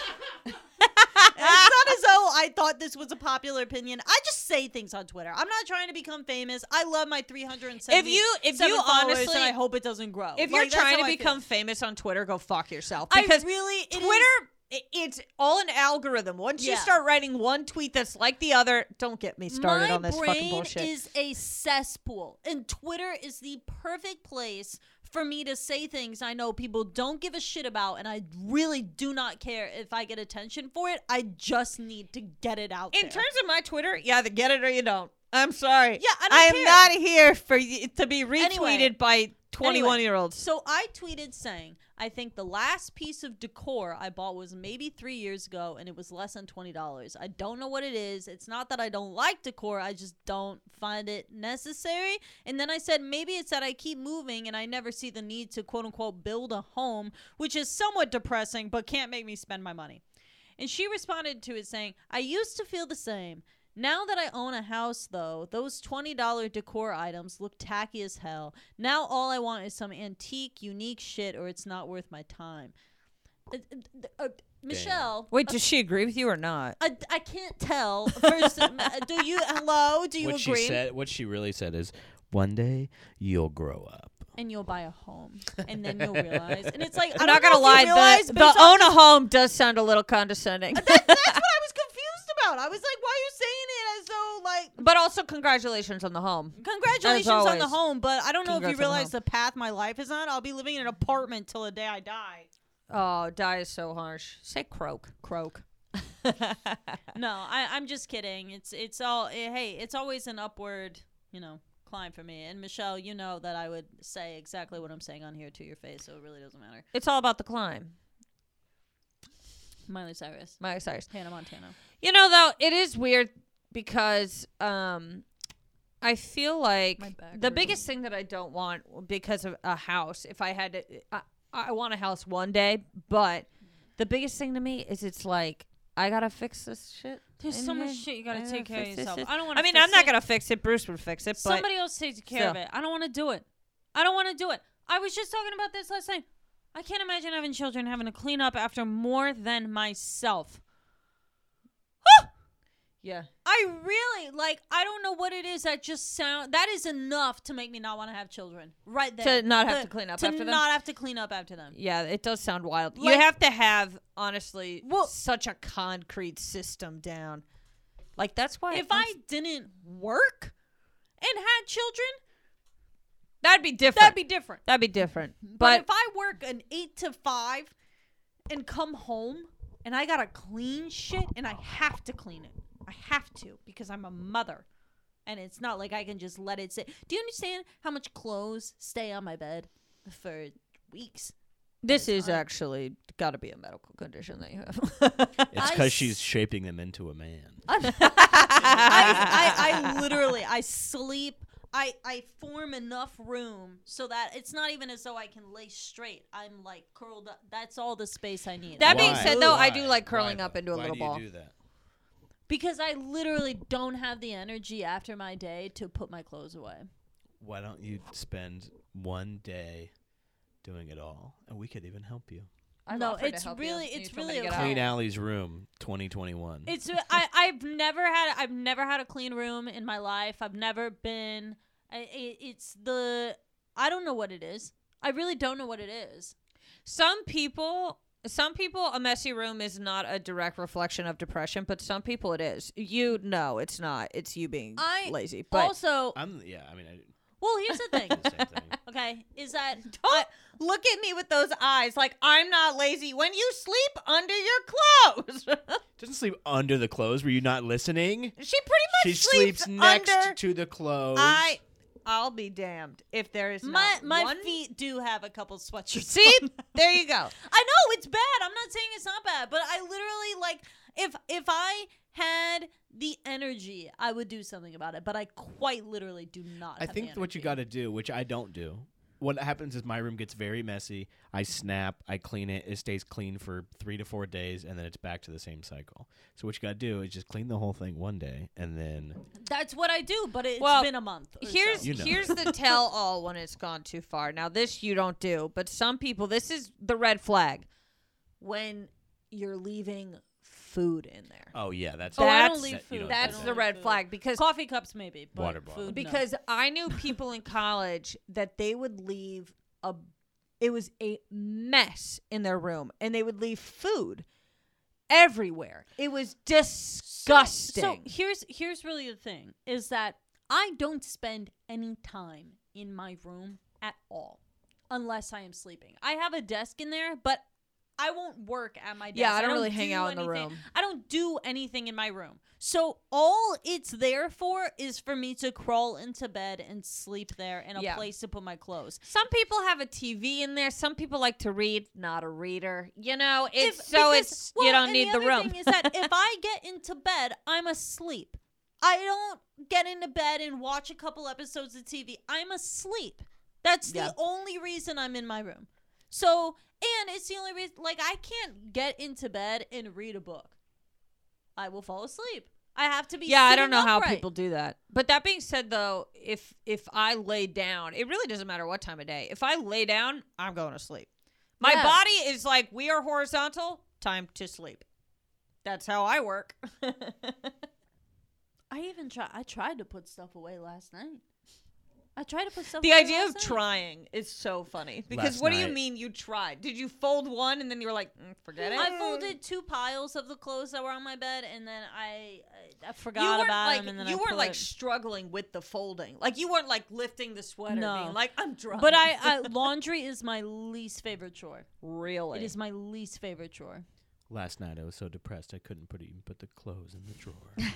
C: it's not as though I thought this was a popular opinion. I just say things on Twitter. I'm not trying to become famous. I love my 370.
A: If you- if you
C: followers, and
A: honestly-
C: I hope it doesn't grow.
A: if
C: Like,
A: you're
C: that's
A: trying
C: how
A: to
C: I feel.
A: become famous on Twitter, go fuck yourself.
C: I
A: Because
C: really it is-
A: Twitter, i- it's all an algorithm. Once you
C: Yeah.
A: start writing one tweet that's like the other, don't get me started
C: My
A: on this fucking
C: brain
A: bullshit.
C: is a cesspool, and Twitter is the perfect place for me to say things I know people don't give a shit about, and I really do not care if I get attention for it. I just need to get it out
A: In
C: there.
A: terms of my Twitter, you either get it or you don't. I'm sorry.
C: Yeah, I don't
A: I am
C: care.
A: not here for y- to be retweeted
C: Anyway.
A: by 21
C: Anyway,
A: year olds.
C: So I tweeted saying, I think the last piece of decor I bought was maybe three years ago and it was less than $20. I don't know what it is. It's not that I don't like decor, I just don't find it necessary. And then I said, maybe it's that I keep moving and I never see the need to quote unquote build a home, which is somewhat depressing but can't make me spend my money. And she responded to it saying, I used to feel the same. Now that I own a house, though, those $20 decor items look tacky as hell. Now all I want is some antique, unique shit, or it's not worth my time. Uh, uh, uh, Michelle.
A: Wait, does she agree with you or not?
C: I, I can't
A: *laughs*
C: tell. First, um, uh, do you hello? Do you
D: what
C: agree?
D: she said. What she really said is, one day you'll grow up.
C: And you'll buy a home, and then you'll realize. And
A: *laughs*
C: it's like I'm
A: I'm not gonna lie, the, the own a home does sound a little condescending. *laughs*
C: That's what I was confused about. I was like, why are you saying it as though like
A: but also, congratulations on the home.
C: Congratulations
A: As
C: on
A: always.
C: the home, but I don't know if
A: Congrats
C: you
A: on the home.
C: realize the path my life is on. I'll be living in an apartment till the day I die.
A: Oh, die is so harsh. Say croak, croak.
C: No, I, I'm just kidding. It's it's all eh, hey, it's always an upward, you know, climb for me. And Michelle, you know that I would say exactly what I'm saying on here to your face, so it really doesn't matter.
A: *laughs* it's all about the climb.
C: Miley Cyrus,
A: Miley Cyrus.
C: Hannah Montana.
A: You know, though, it is weird because um, I feel like
C: My back
A: the
C: hurts.
A: biggest thing that I don't want because of a house, if I had to, I, I want a house one day, but the biggest thing to me is it's like, I gotta fix this shit.
E: There's
A: in
E: so much
A: here.
E: shit you gotta
A: I
E: take care of
A: fix this
E: yourself.
A: shit.
E: I don't wanna
A: I mean,
E: fix
A: I'm not
E: it.
A: gonna fix it. Bruce would fix it, but
E: Somebody else takes care of
A: still.
E: it. I don't want to do it. I don't want to do it. I was just talking about this last night. I can't imagine having children having to clean up after more than myself.
A: yeah,
C: I really like. I don't know what it is that just sound. That is enough to make me not want to have children. Right there,
A: To not have
C: The-
A: to clean up
C: to
A: after them?
C: not have to clean up after them.
A: yeah, it does sound wild.
C: Like-
A: you have to have honestly
C: Well-
A: such a concrete system down. Like that's why *laughs*
C: if
A: I'm-
C: I didn't work and had children,
A: that'd be different.
C: that'd be different.
A: That'd be different. Mm-hmm. But,
C: But, if I work an eight to five and come home and I gotta clean shit and I have to clean it, I have to because I'm a mother. And it's not like I can just let it sit. Do you understand how much clothes stay on my bed for weeks? *laughs*
A: this is actually got to be a medical condition that you *laughs* have.
D: It's
C: I
D: because
C: s-
D: she's shaping them into a man.
A: *laughs*
C: I, I, I literally I sleep. I, I form enough room so that it's not even as though I can lay straight. I'm like curled up. That's all the space I need.
A: That
C: I'm
A: being
C: like,
A: said,
C: "Ooh."
A: though, I do like curling up into a little ball.
D: that?
C: because I literally don't have the energy after my day to put my clothes away.
D: Why don't you spend one day doing it all, and we could even help you.
C: no, it's really it's really a
D: Clean
C: lot.
D: Alley's room, 2021.
C: It's I I've never had I've never had a clean room in my life. I've never been. I, it, it's the I don't know what it is. I really don't know what it is.
A: Some people. Some people, a messy room is not a direct reflection of depression, but some people it is. You know, it's not. It's you being
C: I
A: lazy. But
C: also
D: I'm yeah. I mean, I
C: well here's the thing.
D: do the same thing.
A: *laughs*
C: Okay, is that
A: Don't look at me with those eyes like I'm not lazy when you sleep under your clothes. *laughs*
D: Doesn't sleep under the clothes. Were you not listening?
A: she pretty much
D: She
A: sleeps,
D: sleeps next
A: under.
D: to the clothes.
A: I, I'll be damned if there is
C: my
A: not
C: my
A: one-
C: feet do have a couple sweatshirts?
A: See,
C: on.
A: There you go.
C: I know it's bad. I'm not saying it's not bad, but I literally like if if I had the energy, I would do something about it. But I quite literally do not.
D: I
C: have the
D: think what
C: energy.
D: you got to do, which I don't do, what happens is my room gets very messy. I snap, I clean it, it stays clean for three to four days, and then it's back to the same cycle. So what you got to do is just clean the whole thing one day, and then
C: That's what I do, but it's
A: Well,
C: been a month. or
A: Here's
C: so.
D: You know.
A: here's the tell all when it's gone too far. Now this you don't do, but some people this is the red flag.
C: when you're leaving food in there.
D: oh yeah, that's
A: Oh, I don't
D: that's-
A: leave
D: that- you
C: food.
D: don't do
A: That's
D: that.
A: the red flag because
C: Coffee cups maybe, but
D: Water bottle.
C: food, no.
A: *laughs* because I knew people in college that they would leave a it was a mess in their room and they would leave food everywhere. It was disgusting.
C: So here's here's really the thing is that I don't spend any time in my room at all unless I am sleeping. I have a desk in there, but I won't work at my desk.
A: Yeah, I don't really hang
C: do
A: out in the
C: anything-
A: room.
C: I don't do anything in my room. So all it's there for is for me to crawl into bed and sleep there in a
A: Yeah.
C: place to put my clothes.
A: some people have a TV in there. Some people like to read. Not a reader, you know. It's
C: If-
A: so
C: because-
A: it's
C: well,
A: you don't
C: and
A: need the,
C: other
A: room.
C: Thing is
A: *laughs*
C: that if I get into bed, I'm asleep. I don't get into bed and watch a couple episodes of TV. I'm asleep. That's
A: Yeah.
C: the only reason I'm in my room. So, and it's the only reason. Like, I can't get into bed and read a book. I will fall asleep. I have to be.
A: yeah, I
C: sitting
A: don't know how
C: upright.
A: people do that. But that being said, though, if if I lay down, it really doesn't matter what time of day. If I lay down, I'm going to sleep. My
C: Yeah.
A: body is like we are horizontal. Time to sleep. That's how I
C: *laughs*
A: work.
C: I even try. I tried to put stuff away last night. I tried to put stuff.
A: the
C: away
A: idea of
C: last night.
A: trying is so funny because
D: Last
A: what do you
D: night-
A: mean you tried? Did you fold one and then you were like, mm, forget it?
C: I folded two piles of the clothes that were on my bed, and then I I- I
A: you
C: forgot
A: weren't
C: about
A: like
C: them. And then
A: you
C: I
A: weren't
C: put-
A: like struggling with the folding. Like you weren't like lifting the sweater,
C: No.
A: being like I'm drunk.
C: but I, I laundry is my least favorite chore.
A: *laughs* really
C: It is my least favorite chore.
D: Last night I was so depressed I couldn't put even put the clothes in the *laughs* drawer.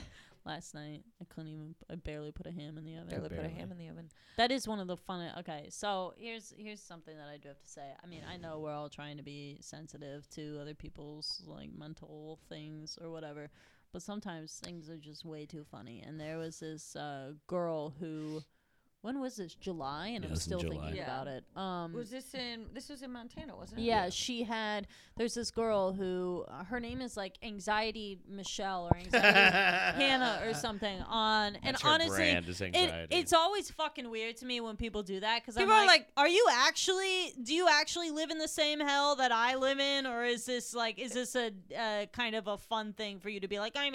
C: Last night I couldn't even. I barely put a ham in the oven.
A: barely put a
D: barely.
A: ham *laughs* in the oven.
C: That is one of the fun. Okay, so here's here's something that I do have to say. I mean, I know we're all trying to be sensitive to other people's like mental things or whatever, but sometimes things are just way too funny. And there was this uh, girl who, when was this? July, and
D: Yeah, it
C: I'm
D: was in
C: still
D: July.
C: thinking
A: Yeah.
C: about it. Um,
A: Was this in? This was in Montana, wasn't it?
C: yeah, she had. There's this girl who uh, her name is like Anxiety Michelle or
D: *laughs*
C: Anxiety Hannah or something on. And
D: That's her
C: honestly,
D: brand is
C: it,
D: anxiety.
C: it's always fucking weird to me when people do that because I'm
A: People are
C: like,
A: like-
C: are you actually? Do you actually live in the same hell that I live in, or is this like, is this a uh, kind of a fun thing for you to be like, I'm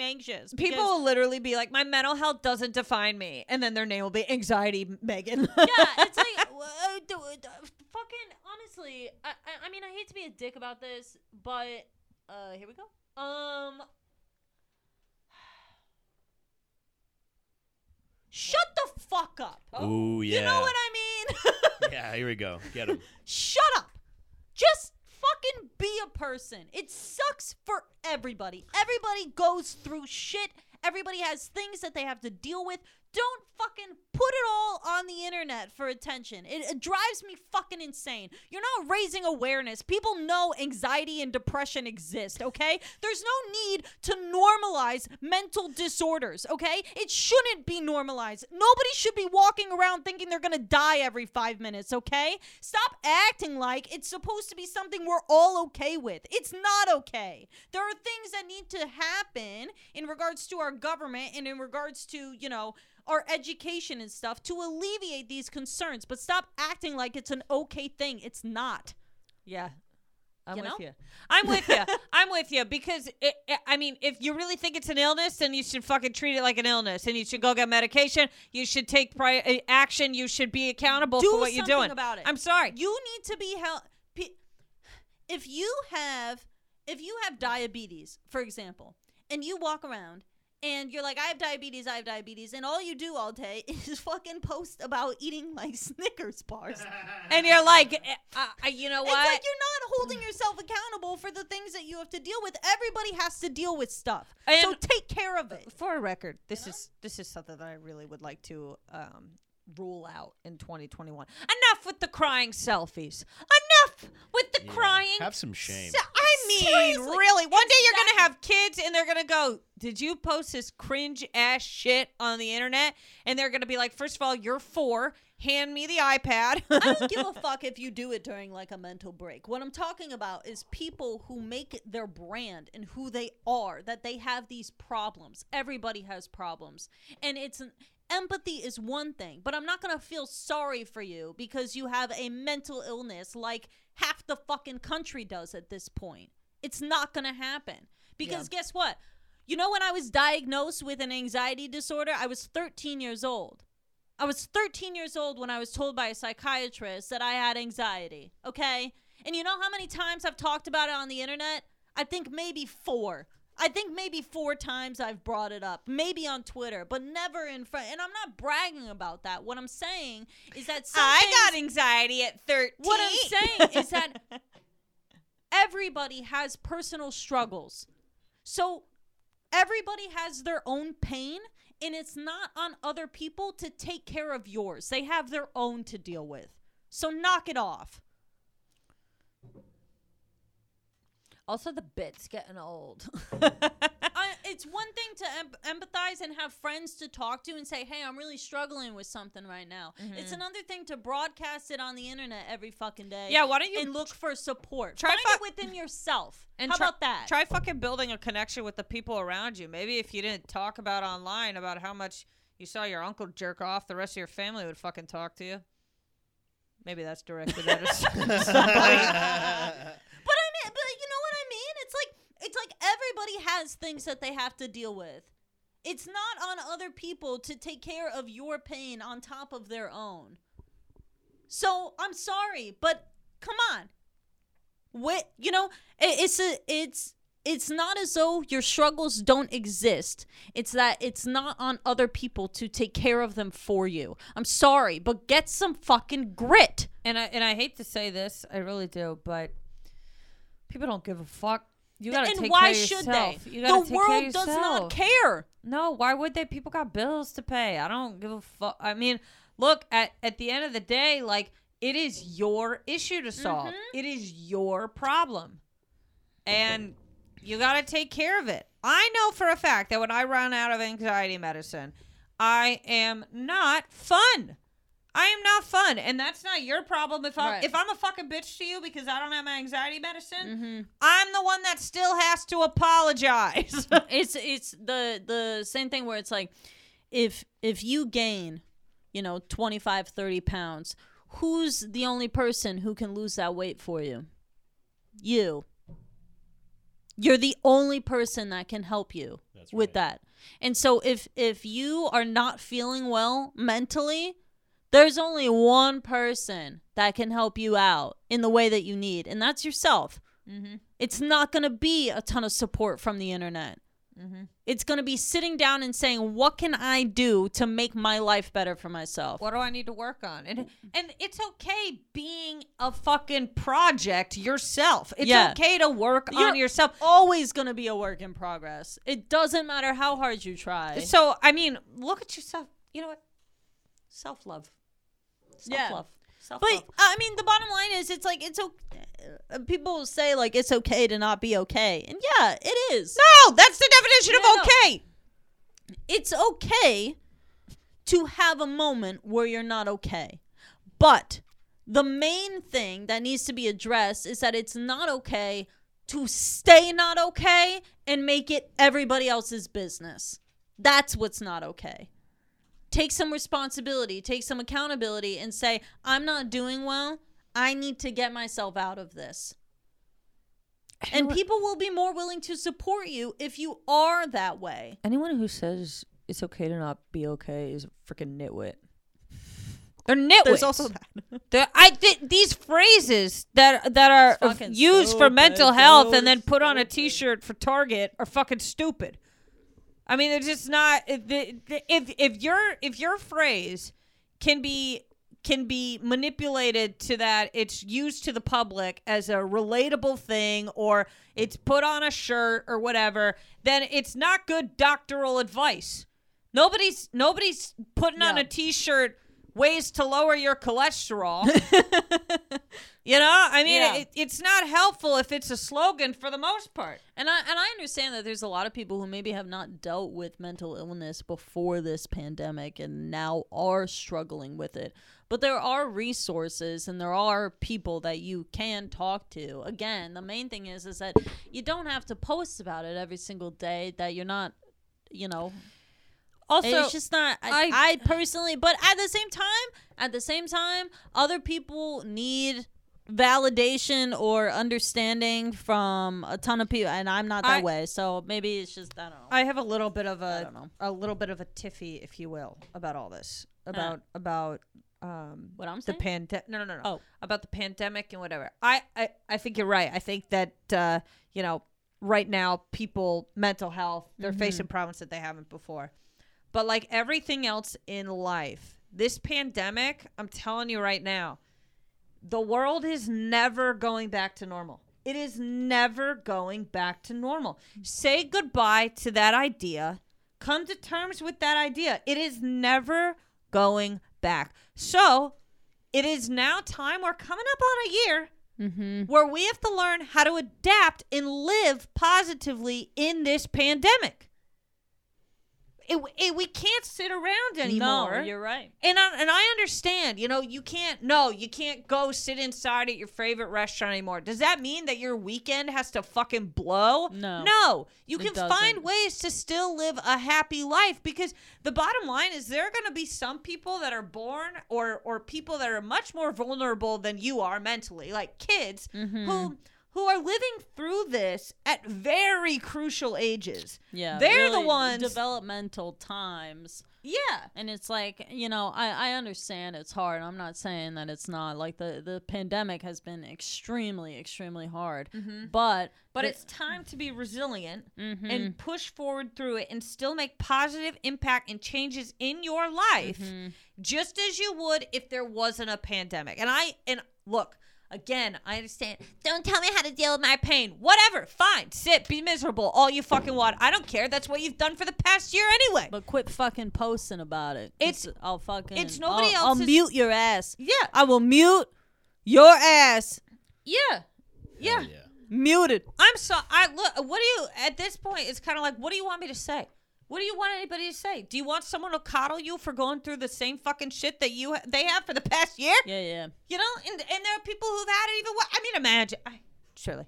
A: *laughs*
C: anxious?
A: People
C: Because-
A: will literally be like, "My mental health doesn't define me," and then their name will be Anxiety Megan.
C: *laughs* yeah,
A: *laughs*
C: it's like w- uh, d- w- d- fucking honestly. I, I I mean, I hate to be a dick about this, but uh, here we go. Um, *sighs* shut the fuck up.
D: Ooh yeah.
C: You know what I mean? *laughs*
D: *laughs* yeah, here we go. Get *laughs* him.
C: shut up. Just fucking be a person. It sucks for everybody. Everybody goes through shit. Everybody has things that they have to deal with. Don't fucking put it all on the internet for attention. It, it drives me fucking insane. You're not raising awareness. People know anxiety and depression exist, okay? There's no need to normalize mental disorders, okay? It shouldn't be normalized. Nobody should be walking around thinking they're gonna die every five minutes, okay? Stop acting like it's supposed to be something we're all okay with. It's not okay. There are things that need to happen in regards to our government and in regards to, you know, our education and stuff to alleviate these concerns, but stop acting like it's an okay thing. It's not.
A: Yeah. I'm
C: You
A: with
C: know?
A: you. I'm with you.
C: *laughs*
A: I'm with you because it, it, I mean, if you really think it's an illness, then you should fucking treat it like an illness, and you should go get medication. You should take pri- uh, action. You should be accountable
C: Do
A: for what you're
C: something
A: doing.
C: about it.
A: I'm sorry.
C: You need to be held. Pe- if you have, if you have diabetes, for example, and you walk around and you're like, I have diabetes, I have diabetes, and all you do all day *laughs* is fucking post about eating like *laughs*
A: *laughs*
C: Snickers bars.
A: and you're like, eh, uh, uh, you know
C: It's
A: what?
C: like you're not holding yourself accountable for the things that you have to deal with. Everybody has to deal with stuff. so
A: And-
C: take care of it.
A: for a record, this is this is something that I really would like to um, rule out in 2021. Enough with the crying selfies. Enough
E: enough with the
D: Yeah.
E: crying.
D: Have some shame.
A: So- I mean,
E: Seriously.
A: really. One day you're gonna have kids, and they're gonna go, "Did you post this cringe ass shit on the internet?" And they're gonna be like, first of all, you're four. Hand me the iPad."
C: I
A: *laughs*
C: don't give a fuck if you do it during like a mental break. What I'm talking about is people who make it their brand and who they are, that they have these problems. Everybody has problems. And it's an empathy is one thing, but I'm not going to feel sorry for you because you have a mental illness like half the fucking country does at this point. It's not going to happen. Because guess what? You know when I was diagnosed with an anxiety disorder, I was 13 years old. I was 13 years old when I was told by a psychiatrist that I had anxiety, okay? And you know how many times I've talked about it on the internet? I think maybe four. I think maybe four times I've brought it up, maybe on Twitter, but never in front. And I'm not bragging about that. What I'm saying is that some things-
A: I got anxiety at thirteen.
C: what I'm saying is that
A: *laughs*
C: everybody has personal struggles. So everybody has their own pain, and it's not on other people to take care of yours. They have their own to deal with. So knock it off.
E: Also, the bit's getting
C: *laughs*
E: old.
C: I, it's one thing to em- empathize and have friends to talk to and say, hey, I'm really struggling with something right now.
A: Mm-hmm.
C: It's another thing to broadcast it on the internet every fucking day.
A: Yeah, why don't you
C: and look for support.
A: Try
C: Find
A: fuck-
C: it within yourself.
A: And
C: How
A: try,
C: about that?
A: Try fucking building a connection with the people around you. Maybe if you didn't talk about online about how much you saw your uncle jerk off, the rest of your family would fucking talk to you. Maybe that's directed at us.
D: *laughs*
C: *laughs* But I mean, but you know what I mean? It's like it's like everybody has things that they have to deal with. It's not on other people to take care of your pain on top of their own. So I'm sorry, but come on. What you know? i- It's a it's it's not as though your struggles don't exist. It's that it's not on other people to take care of them for you. I'm sorry, but get some fucking grit.
A: and I and I hate to say this, I really do, but people don't give a fuck. You gotta
C: and
A: take
C: why
A: care of
C: should
A: yourself.
C: they?
A: You gotta
C: the
A: take care of
C: world does not
A: yourself. *laughs*
C: care.
A: No, why would they? People got bills to pay. I don't give a fuck. I mean, look at at the end of the day, like it is your issue to solve. It is your problem, and you got to take care of it. I know for a fact that when I run out of anxiety medicine, I am not fun. I am not fun, and that's not your problem. If I am
C: Right.
A: if I'm a fucking bitch to you because I don't have my anxiety medicine, I'm the one that still has to apologize. *laughs*
C: it's it's the the same thing where it's like if if you gain you know 25 30 pounds who's the only person who can lose that weight for you you you're the only person that can help you
D: That's
C: with
D: right.
C: that and so if if you are not feeling well mentally there's only one person that can help you out in the way that you need and that's yourself it's not going to be a ton of support from the internet. It's going to be sitting down and saying, "What can I do to make my life better for myself?"
A: What do I need to work on? And
C: Mm-hmm.
A: and it's okay being a fucking project yourself. It's
C: Yeah.
A: okay to work on
C: You're
A: yourself.
C: Always going to be a work in progress. It doesn't matter how hard you try.
A: So I mean, look at yourself. You know what? Self love.
C: Yeah.
A: Self love. Self
C: But uh,
A: love.
C: I mean, the bottom line is, it's like it's okay. uh, People say like it's okay to not be okay, and yeah, it is.
A: No, that's the definition
C: Yeah, no.
A: of okay.
C: it's okay to have a moment where you're not okay. But the main thing that needs to be addressed is that it's not okay to stay not okay and make it everybody else's business. That's what's not okay. Take some responsibility, take some accountability, and say, I'm not doing well. I need to get myself out of this. And people will be more willing to support you if you are that way.
E: Anyone who says it's okay to not be okay is a freaking nitwit.
A: They're nitwits.
C: There's also that. *laughs*
A: They're- I th- these phrases that that are
C: fucking
A: used for
C: stupid,
A: mental health
C: dude,
A: and then put on a T-shirt for Target are fucking stupid. I mean, they're just not. If the- if if your if your phrase can be can be manipulated to that it's used to the public as a relatable thing or it's put on a shirt or whatever, then it's not good doctoral advice. Nobody's nobody's putting on
C: Yeah. *laughs*
A: a T-shirt ways to lower your cholesterol. You know, I mean,
C: Yeah.
A: it, it's not helpful if it's a slogan for the most part.
C: And I and I understand that there's a lot of people who maybe have not dealt with mental illness before this pandemic and now are struggling with it. But there are resources and there are people that you can talk to. Again, the main thing is is that you don't have to post about it every single day that you're not, you know,
A: Also,
C: it's just not I, I personally but at the same time at the same time other people need validation or understanding from a ton of people and i'm not that
A: I-
C: way so maybe it's just i don't know
A: I have a little bit of
C: I
A: a
C: don't know.
A: a little bit of a tiffy, if you will, about all this about about um
C: what i'm
A: the
C: saying
A: pandemic. No, no, no, no.
C: Oh.
A: about the pandemic and whatever. I, I I think you're right. I think that uh, you know right now people mental health
C: Mm-hmm.
A: they're facing problems that they haven't before, but like everything else in life, this pandemic, I'm telling you right now, the world is never going back to normal. It is never going back to normal. Say goodbye to that idea. Come to terms with that idea. It is never going back. So, it is now time. We're coming up on a year
C: Mm-hmm. Mm.
A: where we have to learn how to adapt and live positively in this pandemic. It, it, we can't sit around anymore.
C: no you're right
A: And I, and I understand, you know, you can't no, you can't go sit inside at your favorite restaurant anymore. Does that mean that your weekend has to fucking blow?
C: No.
A: No. You
C: It
A: can
C: doesn't.
A: find ways to still live a happy life because the bottom line is there are going to be some people that are born or or people that are much more vulnerable than you are mentally, like kids
C: Mm-hmm.
A: who who are living through this at very crucial ages.
C: yeah
A: They're the
C: really
A: ones
C: developmental times
A: Yeah.
C: and it's like you know I, I understand it's hard i'm not saying that it's not like the, the pandemic has been extremely extremely hard but
A: Mm-hmm. But Mm-hmm.
C: the-
A: it's time to be resilient
C: Mhm.
A: and push forward through it and still make positive impact and changes in your life just as you would if there wasn't a pandemic. And I and look, again, I understand. Don't tell me how to deal with my pain. Whatever. Fine. Sit, be miserable all you fucking want. I don't care. That's what you've done for the past year anyway.
C: But quit fucking posting about it. 'cause
A: It's-
C: I'll fucking.
A: it's nobody
C: I'll, I'll
A: else's-
C: mute your ass.
A: yeah.
C: I will mute your ass.
A: Yeah. Yeah.
D: Hell yeah.
C: Muted.
A: I'm so I look. What do you at this point? It's kind of like, what do you want me to say? What do you want anybody to say? Do you want someone to coddle you for going through the same fucking shit that you they have for the past year?
C: Yeah, yeah.
A: You know, and and there are people who've had it even. wo- I mean, imagine. I, surely,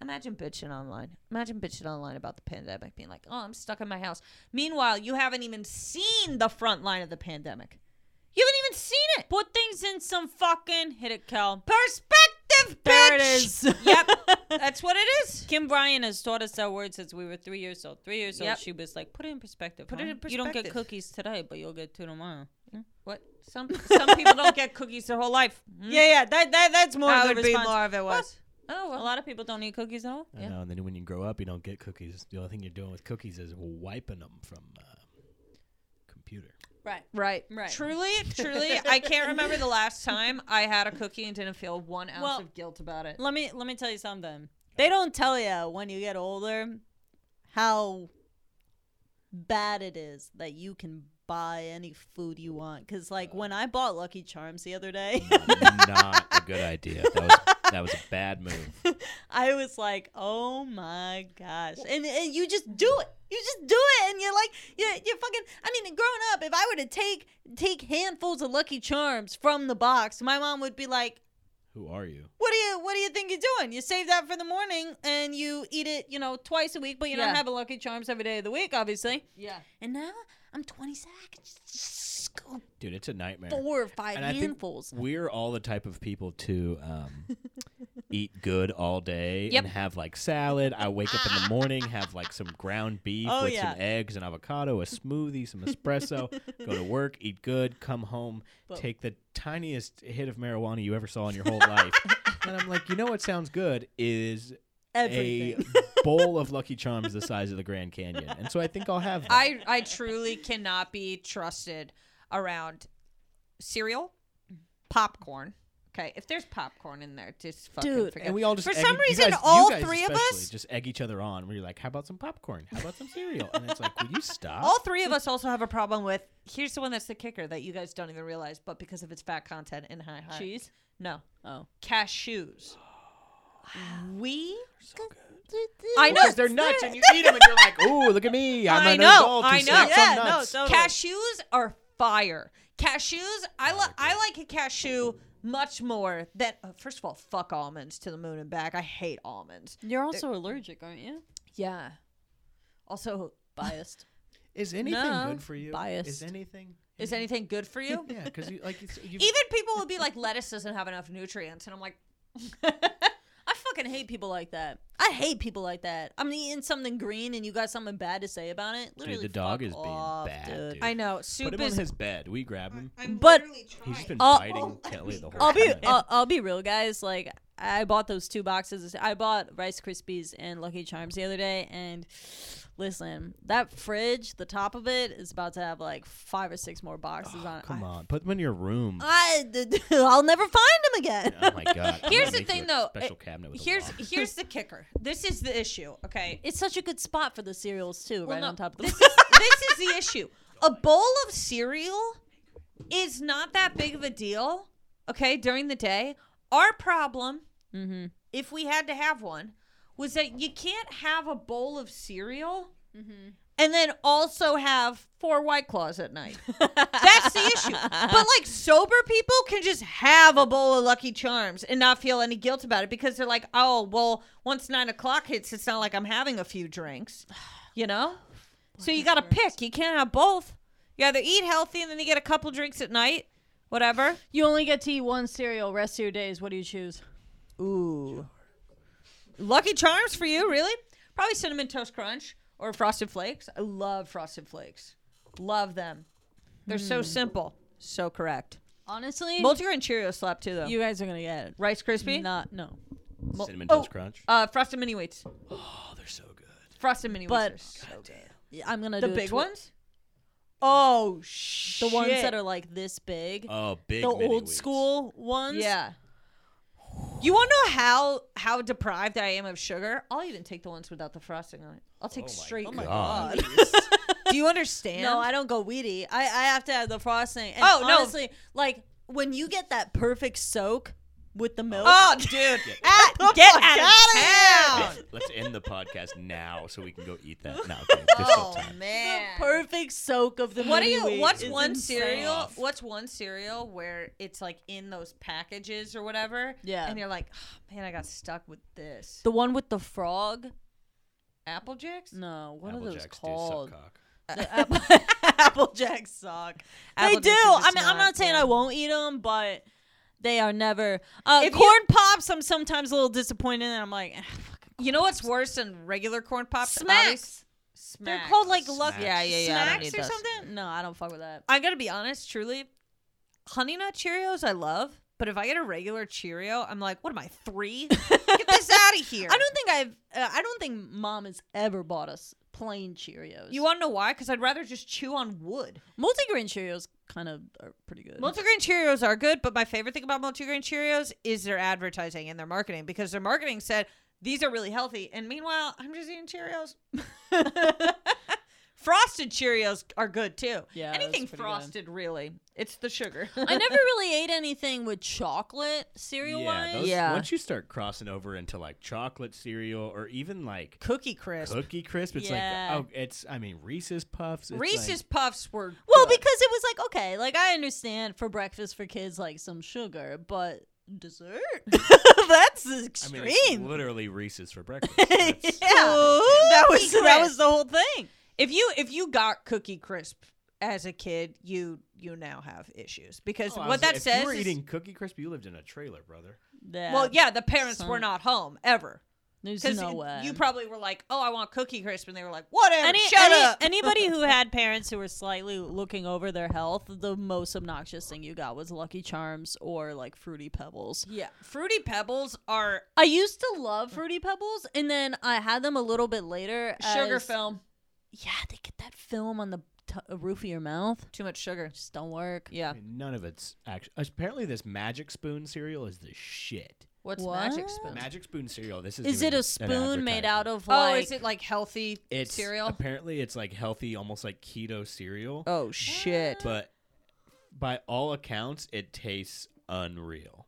A: imagine bitching online. Imagine bitching online about the pandemic, being like, "Oh, I'm stuck in my house." Meanwhile, you haven't even seen the front line of the pandemic. You haven't even seen it.
E: Put things in some fucking hit it, Kel.
A: Perspective, bitch.
C: There it is.
A: yep,
C: *laughs*
A: that's what it is.
E: Kim Bryan has taught us that word since we were three years old. Three years
A: Yep.
E: old, she was like, "Put it in perspective.
A: Put
E: huh?
A: it in
E: You don't get
A: perspective."
E: cookies today, but you'll get two tomorrow."
A: What some some people don't get cookies their whole life.
C: Yeah, yeah. That, that that's more
A: That
C: of the
A: would
C: response.
A: be more if it was.
E: Oh, a lot of people don't eat cookies at all.
D: I know, and then when you grow up, you don't get cookies. The only thing you're doing with cookies is wiping them from uh, computer.
A: Right, *laughs*
C: Right.
A: Truly, truly, I can't remember the last time I had a cookie and didn't feel one ounce
C: Well-
A: of guilt about it.
C: Let me let me tell you something. They don't tell you when you get older how bad it is that you can buy any food you want. Cause like when I bought Lucky Charms the other day.
D: Mm-hmm. Not a good idea. That was that was a bad move.
C: *laughs* I was like, oh my gosh. And, and you just do it. You just do it. And you're like, you're, you're fucking. I mean, growing up, if I were to take take handfuls of Lucky Charms from the box, my mom would be like,
D: Who are you?
C: what do you what do you think you're doing? You save that for the morning and you eat it, you know, twice a week, but you
A: Yeah.
C: don't have a Lucky Charms every day of the week, obviously.
A: Yeah.
C: And now I'm 27. I can just scoop
D: Dude, it's a nightmare.
C: four or five
D: And I think
C: handfuls.
D: We're all the type of people to
C: *laughs*
D: um, eat good all day
A: Yep.
D: and have like salad. I wake up in the morning, have like some ground beef
C: Oh,
D: with
C: yeah.
D: some eggs and avocado, a smoothie,
C: *laughs*
D: some espresso, go to work, eat good, come home, take the tiniest hit of marijuana you ever saw in your
C: *laughs*
D: whole life. And I'm like, you know what sounds good is
C: Everything.
D: a bowl of Lucky Charms the size of the Grand Canyon. And so I think
C: *laughs*
D: I'll have that.
A: I I truly cannot be trusted around cereal, popcorn, Okay, if there's popcorn in there, just fucking
C: Dude,
A: forget.
D: And we all just
A: for
D: egg-
A: some
D: you
A: reason
D: guys- you
A: all
D: guys
A: three of
D: especially
A: us,
D: just egg each other on. Where you're like, "How about some popcorn? How about some cereal?" And it's like, "Will you stop?"
A: all three of us also have a problem with. Here's the one that's the kicker that you guys don't even realize, but because of its fat content and high heart.
C: Cheese.
A: No,
C: *laughs* Oh.
A: cashews. We.
D: I
A: I
D: know
A: know.
D: they're
A: *laughs*
D: nuts, and you eat them, and you're like, "Ooh, look at me! I'm
A: I
D: an
A: know,
D: adult who
A: I know.
D: snacks
A: Yeah,
D: on
C: no,
D: nuts."
C: so- Totally.
A: Cashews are fire. Cashews, I like. I like a cashew much more than. Uh, first of all, fuck almonds to the moon and back. I hate almonds.
C: You're also allergic, aren't you?
A: Yeah. Also,
C: Biased.
D: Is anything
A: No,
D: good for you? Is
C: biased.
D: anything?
A: is anything good for you?
D: *laughs* Yeah, because you like it's, you.
A: Even people will be like, lettuce doesn't have enough nutrients, and I'm like,
C: *laughs* I fucking hate people like that. I hate people like that. I'm eating something green and you got something bad to say about it. Literally,
D: the dog
C: fuck
D: is being
C: off,
D: bad,
C: dude.
D: dude.
A: I know
D: Put
A: soup
D: him on
A: is.
D: his bed. We grab him.
C: But
D: He's just been
A: *laughs*
C: I'll-
D: biting Kelly the whole
C: I'll
D: *laughs*
C: be
D: time.
C: I'll, I'll be real, guys. Like I bought those two boxes. I bought Rice Krispies and Lucky Charms the other day, and listen, that fridge, the top of it is about to have like five or six more boxes on it.
D: Oh, Come
C: I,
D: on, put them in your room.
C: I, *laughs* will never find them again.
D: oh
A: *laughs*
D: my god. I'm
A: Here's
D: gonna
A: the
D: make you
A: thing,
D: a
A: though.
D: Special
A: It-
D: cabinet with a
A: Here's
D: lock.
A: here's the kicker. This is the issue. Okay.
C: *laughs* It's such a good spot for the cereals too,
A: Well,
C: right
A: no,
C: on top of *laughs*
A: this
C: the.
A: is this is the issue. A bowl of cereal is not that big of a deal. Okay, during the day, our problem,
C: mm-hmm.
A: if we had to have one, was that you can't have a bowl of cereal and then also have four White Claws at night. That's the issue. But like sober people can just have a bowl of Lucky Charms and not feel any guilt about it because they're like, oh, well, once nine o'clock hits, it's not like I'm having a few drinks, you know? so you got to pick. You can't have both. You either eat healthy and then you get a couple drinks at night, whatever.
C: You only get to eat one cereal rest of your days. What do you choose?
A: Ooh. Lucky Charms for you, really? Probably Cinnamon Toast Crunch or Frosted Flakes. I love Frosted Flakes. Love them. They're
C: Hmm.
A: so simple. So correct.
C: Honestly,
D: *laughs*
A: Multigrain Cheerios slap too, though.
C: you guys are gonna get
A: Rice Krispie?
C: it. Not no.
A: Mul-
D: Cinnamon
A: oh,
D: Toast Crunch.
A: Uh, Frosted Mini Wheats.
D: Oh, they're so good.
A: Frosted Mini
C: But-
A: Wheats. are so good.
C: I'm gonna
A: The
C: do a
A: big
C: twi-
A: ones? Oh, shit.
C: the ones that are like this big.
D: Oh, big.
C: the
D: mini
C: old
D: wheats.
C: school ones.
A: Yeah. You want to know how how deprived I am of sugar? I'll even take the ones without the frosting on it. I'll take straight.
D: Oh my God.
A: Do you understand?
C: *laughs* No, I don't go weedy. I, I have to have the frosting. And
A: Oh, no.
C: honestly, like when you get that perfect soak with the milk.
A: Oh, dude. Oh
C: Ah,
A: *laughs* Get
C: fuck
A: out
C: outta
A: of town.
D: Let's end the podcast now so we can go eat that. No,
C: *laughs*
D: okay, there's
C: Oh,
D: still time.
A: Oh, man.
C: Perfect soak of the
A: What are
C: Milky
A: you?
C: Way
A: What's
C: is
A: one
C: insane.
A: cereal? What's one cereal where it's like in those packages or whatever?
C: Yeah.
A: And you're like, oh, man, I got stuck with this.
C: The one with the frog?
A: Apple Jacks?
C: No, what
D: Apple
C: are those
D: Jacks do suck
C: called?
D: cock.
C: The Apple, *laughs* Apple Jacks suck.
A: Apple
C: they do.
A: Jacks are
C: I
A: just
C: mean, I'm not saying
A: yeah.
C: I won't eat them, but they are never. Uh,
A: If you-
C: corn pops. I'm sometimes a little disappointed, and I'm like,
A: You know what's worse than regular corn pops? Obvious-
C: smacks.
A: Smacks.
C: They're called like lucky
A: Yeah, yeah, yeah. I don't
C: snacks
A: need
C: or
A: those.
C: something. No, I don't fuck with that.
A: I gotta be honest, truly, Honey Nut Cheerios I love, but if I get a regular Cheerio, I'm like, what am I
C: *laughs*
A: three? get this out of here.
C: I don't think I've. Uh, I don't think mom has ever bought us plain Cheerios.
A: You want to know why? Because I'd rather just chew on
C: *laughs*
A: wood.
C: multigrain Cheerios? Kind of are pretty good.
A: Multigrain Cheerios are good, but my favorite thing about multigrain Cheerios is their advertising and their marketing because their marketing said these are really healthy, and meanwhile, I'm just eating
C: *laughs*
A: Cheerios. frosted Cheerios are good too.
C: Yeah, that's
A: anything
C: pretty good.
A: frosted really. It's the sugar.
C: *laughs* I never really ate anything with chocolate cereal
D: Yeah,
C: wise.
D: those,
A: Yeah.
D: Once you start crossing over into like chocolate cereal or even like
A: *laughs* Cookie crisp.
D: cookie crisp, it's
C: Yeah.
D: like oh, it's. I mean Reese's puffs. It's
A: Reese's
D: Like,
A: Puffs were
C: Well,
A: good.
C: because it was like okay, like I understand for breakfast for kids like some sugar, but *laughs* dessert that's
D: I
C: extreme.
D: mean, it's
C: *laughs*
D: literally Reese's for breakfast. That's-
C: yeah, that was
A: Cookie
C: that was
A: crisp.
C: the whole thing.
A: if you if you got cookie crisp as a kid you you now have issues because
D: Oh, I was
A: what
D: like,
A: that
D: if
A: says
D: you were
A: is-
D: eating cookie crisp, you lived in a trailer, brother.
A: *laughs*
C: That,
A: well yeah the parents
C: son.
A: were not home ever
C: there's
A: because
C: no way.
A: you probably were like oh i want cookie crisp and they were like whatever
C: Any,
A: shut
C: any-
A: up *laughs*
C: anybody who had parents who were slightly looking over their health, the most obnoxious thing you got was Lucky Charms or like Fruity Pebbles.
A: yeah fruity pebbles are
C: I used to love Fruity Pebbles, and then I had them a little bit later.
A: sugar
C: as-
A: film
C: Yeah, they get that film on the t- a roof of your mouth.
A: Too much sugar.
C: Just don't work.
A: Yeah.
D: I mean, none of it's actually. Apparently, this Magic Spoon cereal is the shit.
A: What's
C: What?
A: magic spoon?
D: Magic Spoon cereal. This is.
C: Is it
D: even
C: a
D: an
C: spoon made
D: advertisement.
C: out of
A: oh,
C: like?
A: is it like healthy
D: it's,
A: cereal?
D: Apparently, it's like healthy, almost like keto cereal.
A: Oh shit.
D: But by all accounts, it tastes unreal.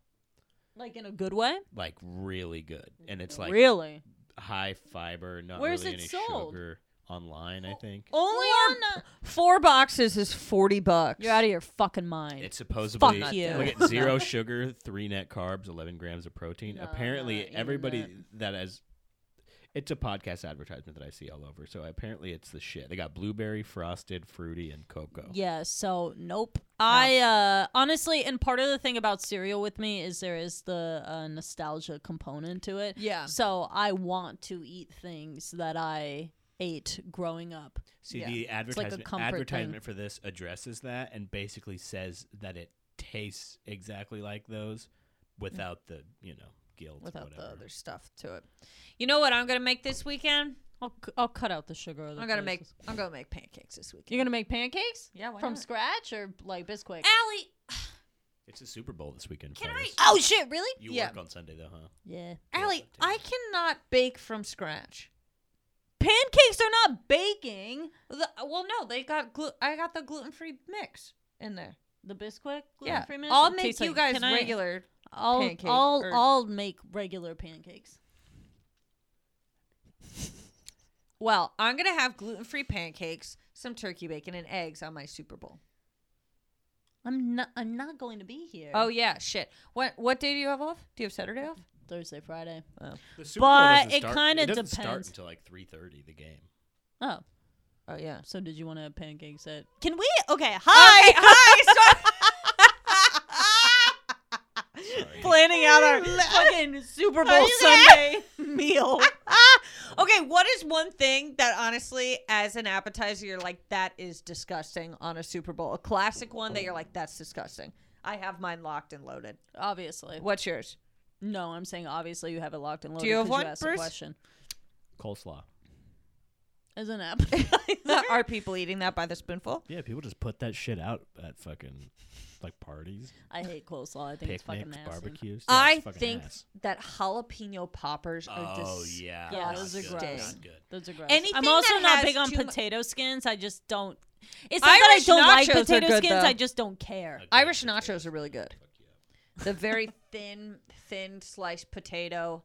C: like in a good way?
D: Like really good, and it's like
C: really?
D: high fiber, not
C: Where's
D: really
C: it
D: any
C: sold? Oh,
D: sugar. Online, I think
C: Only on the-
A: Four boxes is forty bucks.
C: You're out of your fucking mind.
D: it's supposedly
C: Fuck you.
D: look at
C: *laughs*
D: zero sugar, three net carbs, eleven grams of protein.
C: No, not
D: apparently,
C: even
D: everybody that has it's a podcast advertisement that I see all over. So apparently, it's the shit. They got blueberry, frosted, fruity, and
A: Oh.
D: cocoa.
C: yeah, so nope. I uh honestly and part of the thing about cereal with me is there is the uh, nostalgia component to it.
A: Yeah.
C: So I want to eat things that I ate growing up.
D: See,
A: Yeah.
D: the
C: like a
D: advertisement,
C: comfort thing.
D: advertisement for this addresses that and basically says that it tastes exactly like those without the, you know, guilt.
A: Without
D: whatever.
A: the other stuff to it.
E: You know what I'm gonna make this weekend?
C: I'll, c- I'll cut out the sugar.
A: I'm gonna make I'm gonna make pancakes this week.
C: You're gonna make pancakes?
A: Yeah, why
C: From
A: not?
C: scratch or like Bisquick?
E: Allie,
D: It's a Super Bowl this weekend.
E: Can
D: fellas.
C: Oh shit! Really?
D: You
A: Yeah.
D: work on Sunday though, huh?
C: Yeah.
A: Allie, I cannot bake from scratch.
C: Pancakes are not baking.
A: The, well, no, they got glu- I got the gluten free mix in there.
C: The Bisquick.
A: Yeah,
C: gluten-free mix?
A: I'll
C: It
A: make
C: tastes
A: you
C: like-
A: guys
C: can I-
A: regular.
C: I'll
A: pancake
C: I'll
A: or-
C: I'll make regular pancakes.
A: Well, I'm gonna have gluten free pancakes, some turkey bacon, and eggs on my Super Bowl.
C: I'm not I'm not going to be here.
A: Oh yeah, shit. What what day do you have off? Do you have Saturday off?
C: Thursday, Friday.
D: The Super
C: But
D: doesn't
C: it
D: start-
C: kinda
D: doesn't start
C: depends.
D: until like three thirty. The game.
C: Oh,
A: Oh yeah.
C: so did you want to have pancakes at? Can we? Okay, hi,
A: *laughs*
D: Sorry.
C: planning out *laughs* our fucking Super Bowl
A: you
C: Sunday meal.
A: *laughs* Okay, what is one thing that honestly, as an appetizer, you're like, that is disgusting on a Super Bowl? A classic one that you're like, that's disgusting. I have mine locked and loaded.
C: *laughs* Obviously,
A: What's
C: *laughs*
A: yours? *laughs*
C: no, I'm saying obviously you have it locked and loaded.
A: you have
C: 'cause
A: one,
C: asked
A: Bruce?
C: A question.
D: Coleslaw.
C: As an appetizer,
A: Are people eating that by the spoonful?
D: Yeah, people just put that shit out at fucking like parties,
C: *laughs* I hate coleslaw. I think it's fucking
D: picnics,
C: nasty.
D: barbecues.
A: I think that jalapeno poppers are
D: Oh
A: disgusting.
D: yeah.
C: Yeah,
D: not
C: those are
D: good,
C: gross.
D: Not good.
C: Those are gross.
A: Anything
C: I'm also
A: that
C: not
A: has
C: big on
A: too mu-
C: potato skins. I just don't. It's not that I
A: Irish
C: don't like
A: nachos are
C: potato
A: good,
C: skins.
A: though.
C: I just don't care.
A: Irish nachos are really good. The very thin, thin sliced
C: *laughs*
A: potato.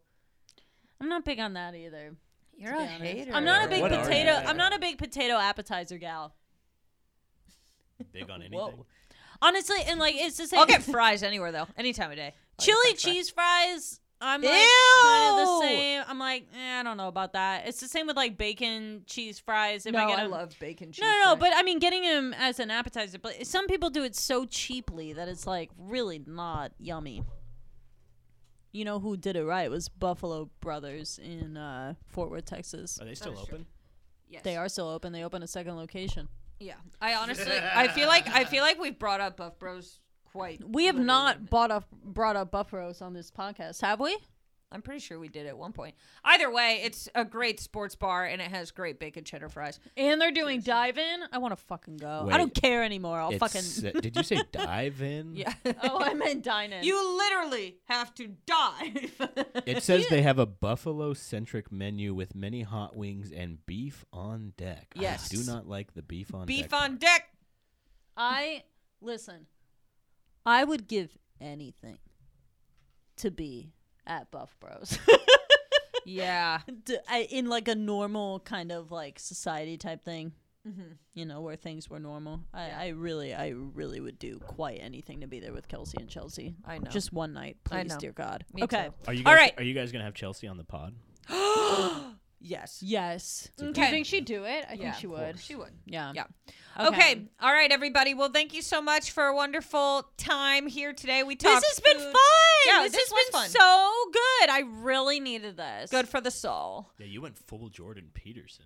C: I'm not big on that either.
A: You're
C: to
A: a
C: be honest.
A: hater.
C: I'm not a big
D: What are
C: potato.
D: you?
C: I'm not a big potato appetizer gal.
D: Big on
A: *laughs*
D: anything.
A: Whoa.
C: Honestly, and like it's the same.
A: I'll get fries anywhere though, any time of day. I'll get
C: chili
A: french fries.
C: cheese fries. I'm like kind of the
A: Ew!
C: same. I'm like, eh, I don't know about that. It's the same with like bacon cheese fries. If
A: No,
C: I get
A: I
C: them-
A: love bacon cheese.
C: No, no, no,
A: fries.
C: but I mean, getting them as an appetizer. But some people do it so cheaply that it's like really not yummy. You know who did it right was Buffalo Brothers in uh, Fort Worth, Texas.
D: Are they still open?
C: They are still open. They open a second location.
A: Yeah, I honestly, I feel like I feel like we've brought up Buff Bros quite.
C: We have
A: literally.
C: not bought up brought up Buffalo's on this podcast, have we?
A: I'm pretty sure we did at one point. Either way, it's a great sports bar and it has great bacon cheddar fries.
C: And they're doing dive in. I want to fucking go. I
D: Wait.
C: don't care anymore. I'll fucking.
D: uh, did
A: *laughs*
D: you say dive in?
A: Yeah,
C: *laughs* oh, I meant dine in.
A: you literally have to dive. *laughs*
D: It says they have a buffalo centric menu with many hot wings and beef on deck.
A: Yes.
D: I do not like the beef on deck.
A: Beef on deck.
C: I listen. I would give anything to be at Buff Bros. *laughs*
A: Yeah,
C: D- I- in like a normal kind of like society type thing. You know where things were normal. I, I really, I really would do quite anything to be there with Kelsey and Chelsea.
A: I know.
C: Just one night,
A: I
C: please,
A: know.
C: dear God.
A: Me
C: okay.
A: too.
D: Are you
A: All
D: guys,
A: right.
D: Are you guys gonna have Chelsea on the pod?
A: yes.
C: Yes. Do
A: Okay.
C: you think she'd do it? I
A: Yeah,
C: think she
A: of
C: would.
A: She would.
C: Yeah.
A: Yeah.
C: Okay.
A: Okay. All right, everybody. Well, thank you so much for a wonderful time here today. We
C: This
A: talked.
C: has been
A: food.
C: fun.
A: Yeah,
C: this,
A: this
C: has been
A: was fun.
C: so good. I really needed this.
A: Good for the soul.
D: Yeah, you went full Jordan Peterson.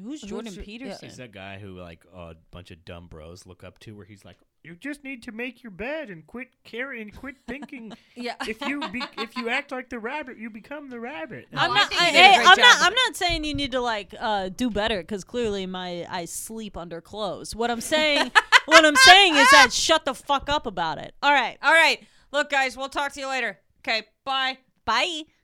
C: Who's Jordan
A: Jordan- yeah.
C: Peterson?
D: He's that guy who like a bunch of dumb bros look up to, where he's like,
F: you just need to make your bed and quit caring, quit thinking.
A: *laughs* Yeah.
F: if you be, if you act like the rabbit, you become the rabbit.
C: I'm
A: I
C: not.
A: think
C: I,
A: you did a
C: hey,
A: great
C: I'm
A: job.
C: not. I'm not saying you need to like uh, do better because clearly my I sleep under clothes. What
A: *laughs*
C: I'm saying, what I'm saying is that shut the fuck up about it. All right.
A: All right. Look, guys, we'll talk to you later. Okay. Bye.
C: Bye.